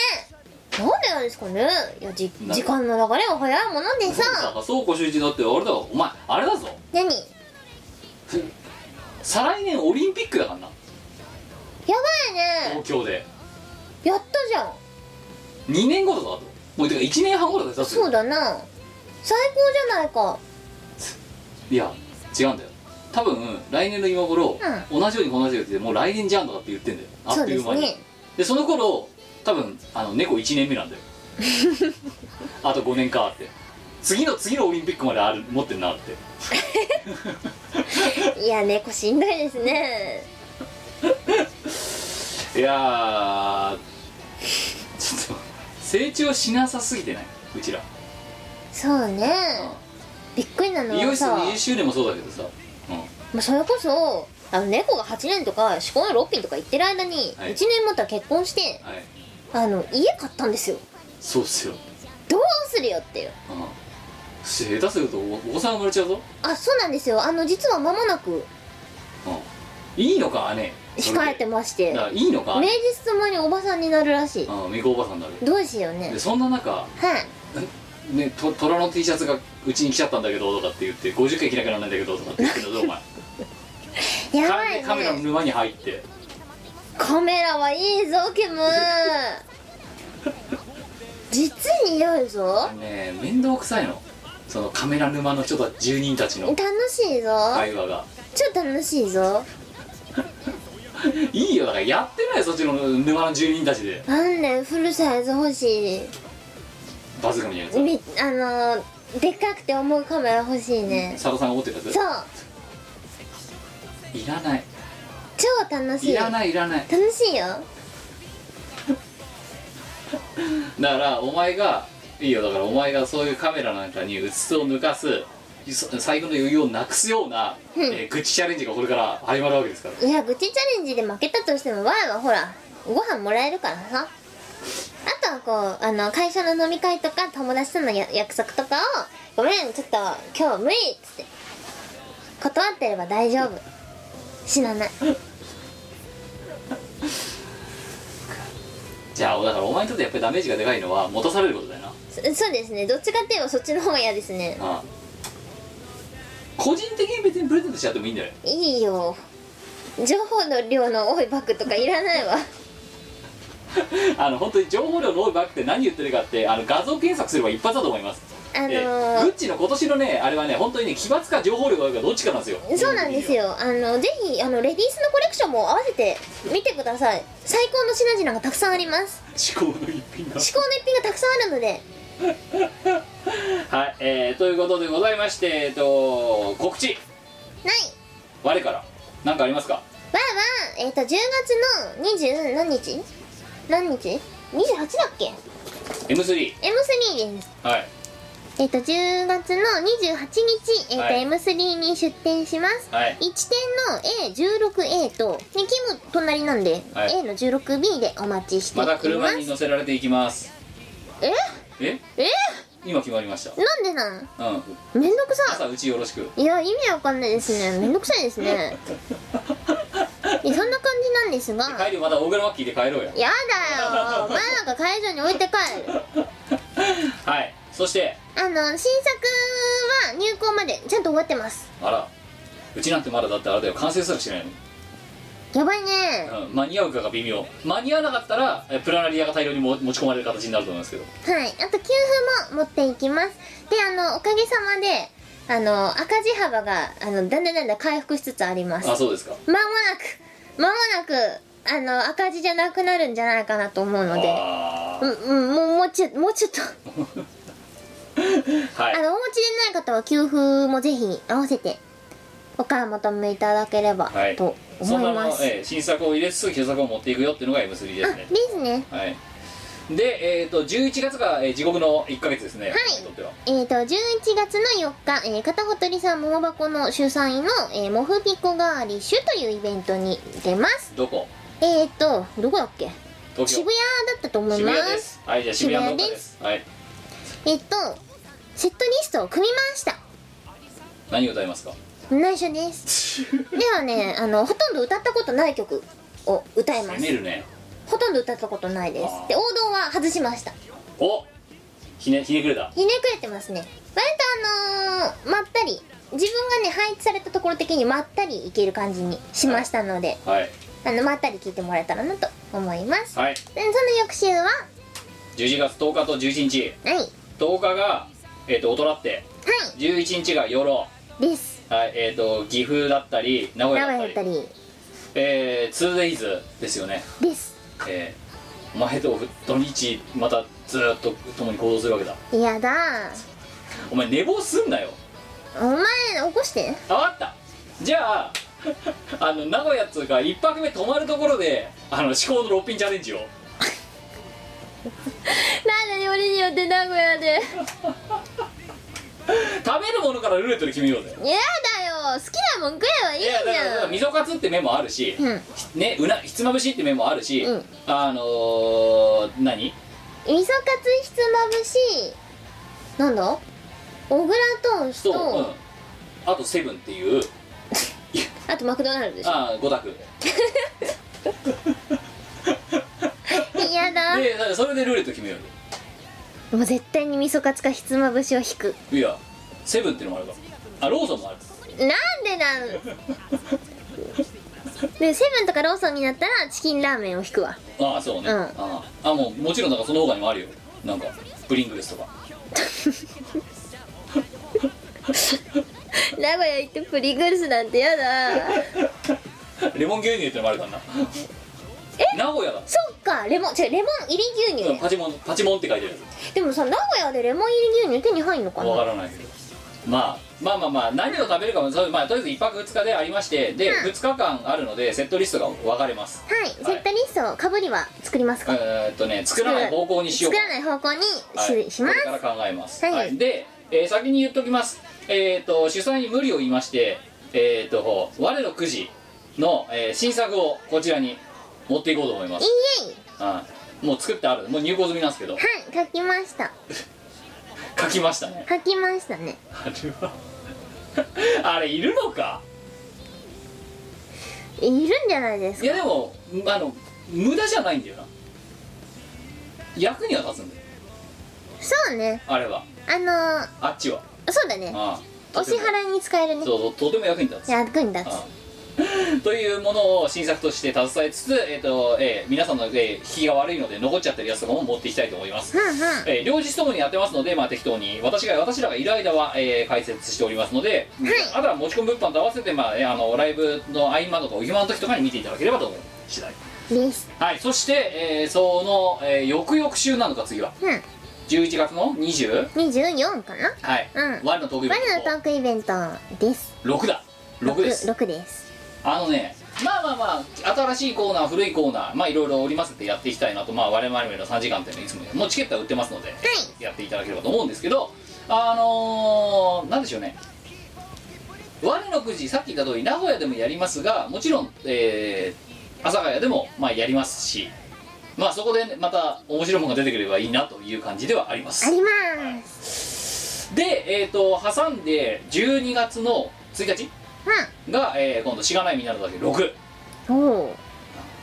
なんですかねいやじな時間の流れは早いものでさだからそうご主人だってあれだよお前あれだぞ何再来年オリンピックだからなやばいね東京でやったじゃん2年後とかだともうてか1年半後とかでさそうだな最高じゃないかいや違うんだよ多分来年の今頃、同じように同じようにってもう来年じゃんとかって言ってんだよあそっうとでいうす間にねでその頃多分あの猫1年目なんだよあと5年かって次の次のオリンピックまである持ってんなっていや猫しんどいですねいやーちょっと成長しなさすぎてないうちらそうねびっくりなの美容は室さの20周年もそうだけどさ、うん、まあ、それこそあの猫が8年とか至高の6品とか言ってる間に1はい年もたら結婚してはいあの家買ったんですよそうっすよ、うん、どうするよっていうそして下手するとおお子さんが生まれちゃうぞ、あそうなんですよあの実は間もなくうん、いいのか姉それ控えてましてだか明らいいのか日ともにおばさんになるらしいうんみこおばさんだろどうしようねでそんな中はいね、と虎の T シャツがうちに来ちゃったんだけどとかって言って50回着なきゃなんないんだけどとかって言ってたぞお前 やば完全いにカメラのね沼に入ってカメラはいいぞ ケム実に良いぞね面倒くさいのそのカメラ沼の人た住人たちの楽しいぞ、会話が超楽しいぞいいよだからやってないよそっちの沼の住人たちでなんだよフルサイズ欲しいバズーカみたいなやみあのーでっかくて重いカメラ欲しいねつ佐田さんが持ってるやつそういらない超楽しいいらないいらない楽しいよだからお前がいいよだからお前がそういうカメラなんかに映すを抜かすそ財布の余裕をなくすような、んえー愚痴チャレンジがこれから始まるわけですからいや愚痴チャレンジで負けたとしてもわいはほらご飯もらえるからさあとはこうあの会社の飲み会とか友達とのや約束とかを「ごめんちょっと今日無理」っつって断ってれば大丈夫死なないじゃあだからお前にとってやっぱりダメージがでかいのは持たされることだよなそそうですねどっちかっていうとそっちの方が嫌ですねああ個人的に別にプレゼントしちゃってもいいんだよいいよ情報の量の多いバッグとかいらないわあの本当に情報量の多いバッグって何言ってるかってあの画像検索すれば一発だと思いますあの ーえーグッチの今年のねあれはね本当にね奇抜か情報量が多いかどっちかなんですよそうなんですよあのぜひあのレディースのコレクションも合わせて見てください最高の品々がたくさんあります思考の一品だ至高の一品がたくさんあるのではい、えーということでございましてえっと告知ない我から何かありますかわーわーえっ、と10月の20何日何日 ?28 だっけ M3 M3 ですはいえっ、と10月の28日、えっとはい M3 に出展します、はい1点の A16A と、ね、キム隣なんで、はい A の 16B でお待ちしていままたす車に乗せられていきますえええ今決まりましなんでなんたうんめんどくさ朝うちよろしくいや意味わかんないですねめんどくさいで すねいやそんな感じなんですが帰りまた大黒摩季で帰ろうやや だよ前なんか会場に置いて帰るはいそしてあの新作は入稿までちゃんと終わってますあらうちなんてまだだってあれだよ完成すらしてないやばいねの、うん、間に合うかが微妙間に合わなかったらえプラナリアが大量にも持ち込まれる形になると思いますけどはいあと給付も持っていきますであのおかげさまであの赤字幅があのだんだんだんだん回復しつつありますあそうですかまもなくまもなくあの赤字じゃなくなるんじゃないかなと思うのであうんうんもうもうちょもうちょっとーはいあのお持ちでない方は給付もぜひ合わせてお買い求めいただければはいとそ思んないもまの、す、ええ新作を入れつつ旧作を持っていくよっていうのが M3 ですあねですねはいで、えー、と11月が、えー地獄の1か月ですね、はいにとってはえー、と11月の4日、えー、片ほとりさん桃箱の主催の、えー、モフピコガーリッシュというイベントに出ますどこえー、とどこだっけ東渋京谷だったと思いま渋谷ですすはいじゃあ渋谷の方ですはいえっ、とセットリストを組みました何を歌いますか内緒です ではねあのほとんど歌ったことない曲を歌いま攻すめるねほとんど歌ったことないですで王道は外しましたおひねひねくれたひねくれてますね割とあのーまったり自分がね配置されたところ的にまったりいける感じにしましたのではいあのまったり聞いてもらえたらなと思いますはいでその翌週は11月10日と11日はいは10日がえっ、と大人って11日が夜いですはいえっ、と岐阜だったり名古名屋古だ屋っだたっりたりえー、2days ですよねですえー、お前と土日またずーっと共に行動するわけだやだお前寝坊すんなよお前起こしてあわかったじゃああの名古屋っつうか一泊目泊まるところであの至高の6品チャレンジをなんで俺によって名古屋でや食べるものからルーレットで決めようぜだよ好きなもん食えばいいいじやだからゃん味噌カツって目もあるし、うんねうなひつまぶしって目もあるし、うんあのー、何味噌カツひつまぶしなんだ小倉トースそトう、うん、あとセブンっていうあとマクドナルドでしょああ5択やだでだからそれでルーレット決めようよもう絶対に味噌カツかひつまぶしを引くいやセブンってのもあるからあローソンもあるなんでなんでセブンとかローソンになったらチキンラーメンを引くわああそうね、うんあああもうもちろんなんかその他にもあるよなんかプリングルスとか名古屋行ってプリングルスなんてやだレモン牛乳ってのもあるからな名古屋だそっかレモン違うレモン入り牛乳だよパチモンパチモンって書いてあるでもさ名古屋でレモン入り牛乳手に入んのかわかならないけど、まあ、まあまあまあ何を食べるかもそうまあとりあえず1泊2日でありましてで、うん2日間あるのでセットリストが分かれますはい、セットリストをかぶりは作りますえかーっとね作らない方向にしよう作らない方向にし,、はいしますこれから考えます、はいで、えー先に言っときますえーっと主催に無理を言いましてえーっと我のくじの、えー新作をこちらに持っていこうと思いますイエイはいもう作ってあるもう入稿済みなんですけどはい書きました書きましたね書きましたねあれは あれいるのかいるんじゃないですいかやでもあの無駄じゃないんだよな役には立つんだよそうねあれはあのあっちはーそうだねああお支払いに使えるねそうそうとても役に立つ役に立つああというものを新作として携えつつ、えーとえー皆さんの、えー引きが悪いので残っちゃってるやつとかも持っていきたいと思い ます、うんうんえー両日ともにやってますので、まあ、適当に私が私らがいる間は、えー解説しておりますので、あとは持ち込む物販と合わせて、まあえーあのライブの合間とかお暇の時とかに見ていただければと思う次第ですはいそして、えーその、えー翌々週なのか次はうん11月の 20? 24かなはい、うんワンの特バナナトークイベントです6だ6です6ですあのねまあまあまあ新しいコーナー古いコーナーまあいろいろ織り交ぜてやっていきたいなとまあ我々の3時間っていうのはいつももうチケットは売ってますので、やっていただければと思うんですけどあのー、なんでしょうね我のくじさっき言った通り名古屋でもやりますがもちろん、えー、阿佐ヶ谷でもまあやりますしまあそこでねまた面白いものが出てくればいいなという感じではありますありますで、えー、と挟んで12月の1日が、えー今度「しがないみんなのだけ6うんおお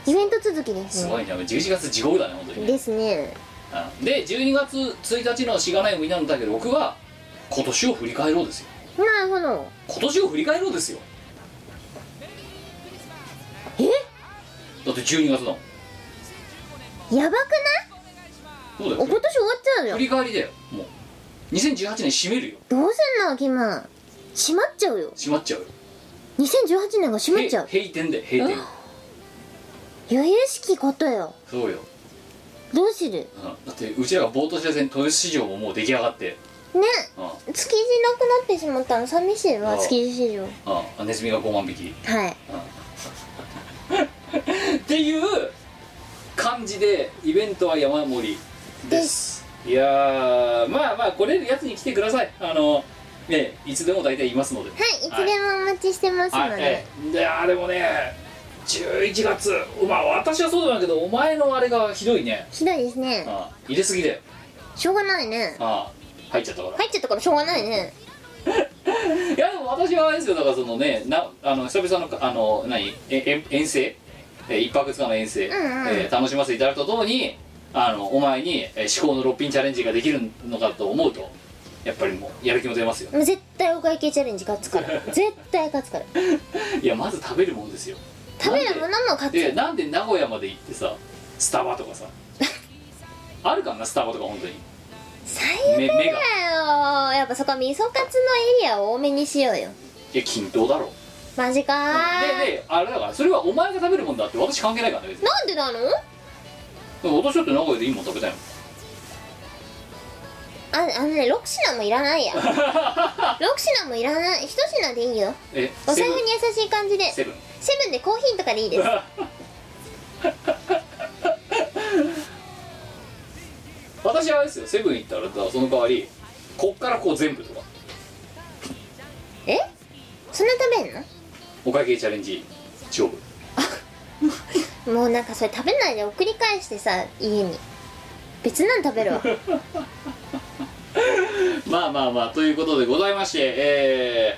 イベント続きで」すすねごいね11月地獄だね本当にねですねうんで12月1日の「しがないみんなのだけ6」は今年を振り返ろうですよなるほど今年を振り返ろうですよえだって12月だもんやばくそうだないおよ今年終わっちゃう振より返りだよもう2018年閉めるよどうすんのキマ閉まっちゃうよ閉まっちゃうよ2018年が閉まっちゃへう閉店で閉店余裕しきことよそうよ、どうするうん、だってうちらが冒頭した戦豊洲市場ももう出来上がって、ねうんうん築地なくなってしまったの寂しいわあ築地市場あ、ネズミが5万匹はいっていう感じでイベントは山盛りですいやーまあまあ来れるやつに来てくださいあのねいつでも大体いますのでいつでもお待ちしてますはのい、でええであでもね11月まあ私はそうでもないけどお前のあれがひどいねひどいですねああ入れすぎだよしょうがないねああ入っちゃったから、入っちゃったからしょうがないねい、やでも私はあれですよだからそのねなあの久々のあの何ええ遠征え一泊二日の遠征、んうんえ楽しませていただくとともにあのお前にえ至高の6品チャレンジができるのかと思うとやっぱりもうやる気も出ますよもう絶対お会計チャレンジ勝つから絶対勝つからいやまず食べるもんですよ食べるものも勝つでなんで名古屋まで行ってさスタバとかさあるかなスタバとか本当に最目目がい悪だよやっぱそこは味噌カツのエリアを多めにしようよや均等だろマジかーでであれだからそれはお前が食べるもんだって私関係ないからね別になんでなの私だって名古屋でいいもん食べたいもんああのね6品もいら ないや6品もいらない1品でいいよえおセ財ブ布に優しい感じでンセブンセブンでコーヒーとかでいいです私はあれですよセブン行ったらだからその代わりこっからこう全部とかえそんな食べんおかげチャレンジ勝負のもうなんかそれ食べないで送り返してさ家に別なん食べ るわまあまあまあということでございましてえ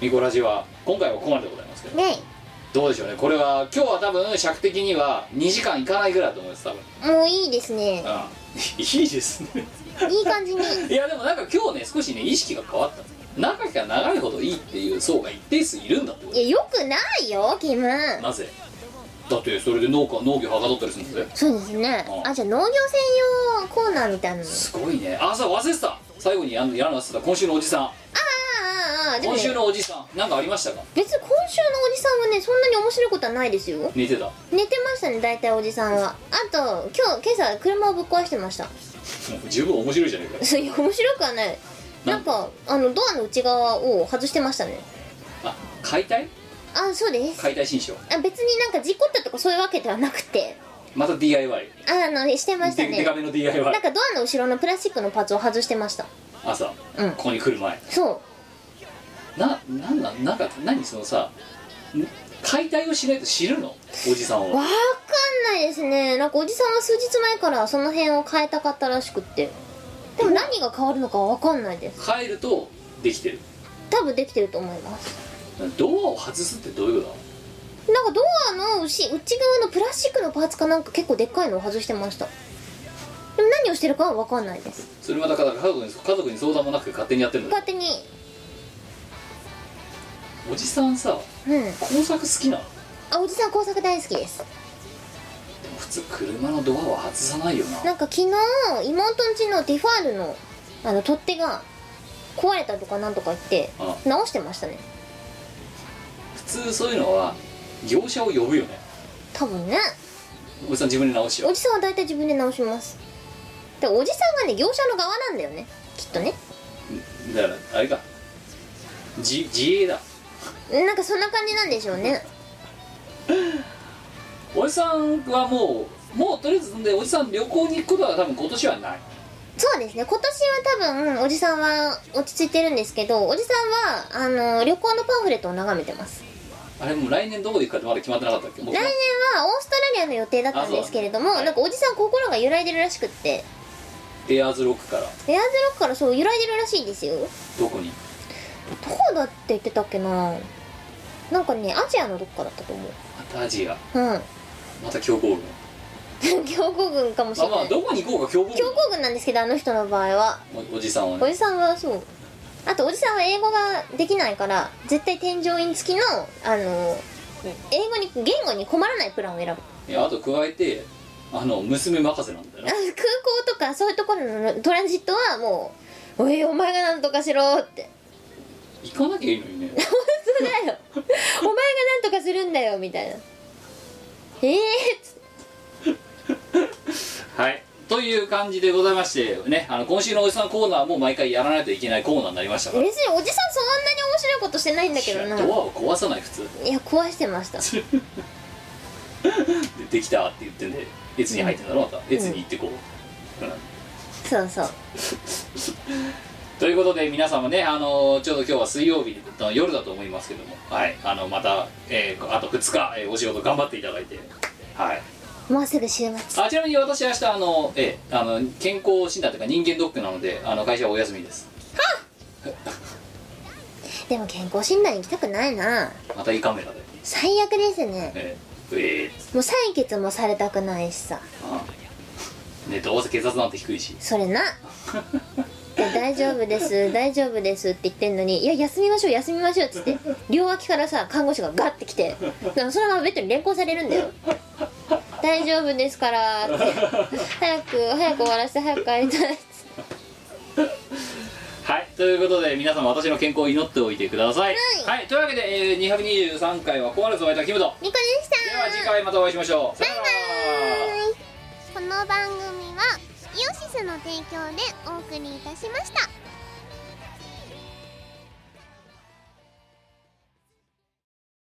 ー、ミコラジは今回はここまででございますけどねどうでしょうねこれは今日は多分尺的には2時間いかないぐらいだと思います多分もういいですねうんいいですねいい感じにいやでもなんか今日ね少しね意識が変わった長きが長いほどいいっていう層が一定数いるんだってこといやよくないよキムなぜだってそれで農家農業はかどったりするんだぜそうですねうんあじゃあ農業専用コーナーみたいなのすごいねあさ忘れてた最後にやんやらなってた今週のおじさああああんでも、今ね、別週にのおじさんなんかありましたか今週のおじさんはねそんなに面白いことはないですよ寝てた 寝てましたね大体おじさんはあと今日今朝車をぶっ壊してました十分面白いじゃねえかよいや面白くはないなんかあのドアの内側を外してましたねあ解体あそうです解体新書あ別になんか事故ったとかそういうわけではなくてまた DIY あのしてましたででねかめのなん DIY かドアの後ろのプラスチックのパーツを外してました朝、うんここに来る前そうななんなんなんか何そのさん解体をしないと知るのおじさんはわかんないですねなんかおじさんは数日前からその辺を変えたかったらしくってでも何が変わるのかわかんないです帰るとできてる多分できてると思いますドアを外すってどういうことだなんかドアの内内側のプラスチックのパーツかなんか結構でっかいのを外してましたでも何をしてるかはわかんないですそれはだから家族に家族に相談もなく勝手にやってるんだ勝手におじさんさうん工作好きなのあおじさん工作大好きですでも普通車のドアは外さないよななんか昨日妹ん家のディファールのあの取っ手が壊れたとかなんとか言ってあ直してましたね普通そういうのは業者を呼ぶよね多分ねおじさん自分で直しよおうじさんは大体自分で直しますでおじさんがね業者の側なんだよねきっとねだからあれか自自営だなんかそんな感じなんでしょうねおじさんはもうもうとりあえずでおじさん旅行に行くことは多分今年はないそうですね今年は多分おじさんは落ち着いてるんですけどおじさんはあの旅行のパンフレットを眺めてますあれもう来年どこで行くかってまだ決まってなかったっけもう来年はオーストラリアの予定だったんですけれどもあそうなんかおじさん心が揺らいでるらしくってエアーズロックからエアーズロックからそう揺らいでるらしいんですよどどこにこだって言ってたっけななんかねアジアのどっかだったと思うまたアジアうんまた強豪軍 強豪軍かもしまあれまなあいどこに行こうか強豪軍強豪軍なんですけどあの人の場合はおおじさんはおねじさんはそうあとおじさんは英語ができないから絶対添乗員付きのあの英語に言語に困らないプランを選ぶ いやあと加えてあの娘任せなんだよあな空港とかそういうところのトランジットはもう「おいお前がなんとかしろ」って 行かなきゃいいのにね「そうだよお前がなんとかするんだよ」みたいな「ええー」っつってはいという感じでございましてねあの今週のおじさんコーナーも毎回やらないといけないコーナーになりましたから別におじさんそんなに面白いことしてないんだけどないやドアを壊さない普通や壊して ましたでできたって言ってんで越に入ってんだろまた越に行ってこう、そうそうということで皆様ねあのちょうど今日は水曜日の夜だと思いますけどもはいあのまた、えーあと2日、えーお仕事頑張っていただいてはいもうすぐ週末あちなみに私明日あの、ええあの健康診断というか人間ドックなのであの会社はお休みですでも健康診断行きたくないなまた胃カメラで最悪ですねええええもう採血もされたくないしさああねどうせ血圧なんて低いしそれなで大丈 夫です大丈夫ですって言ってんのに「いや休みましょう休みましょう」っつって両脇からさ看護師がガッて来てでもそのままベッドに連行されるんだよ「大丈夫ですから」って「早く早く終わらせて早く帰りたい」っつってはいということで皆様私の健康を祈っておいてくださいはい、というわけで、えー、223回はここまでお会いいたキムトみこでしたでは次回またお会いしましょうバイバイこの番組はイオシスの提供でお送りいたしました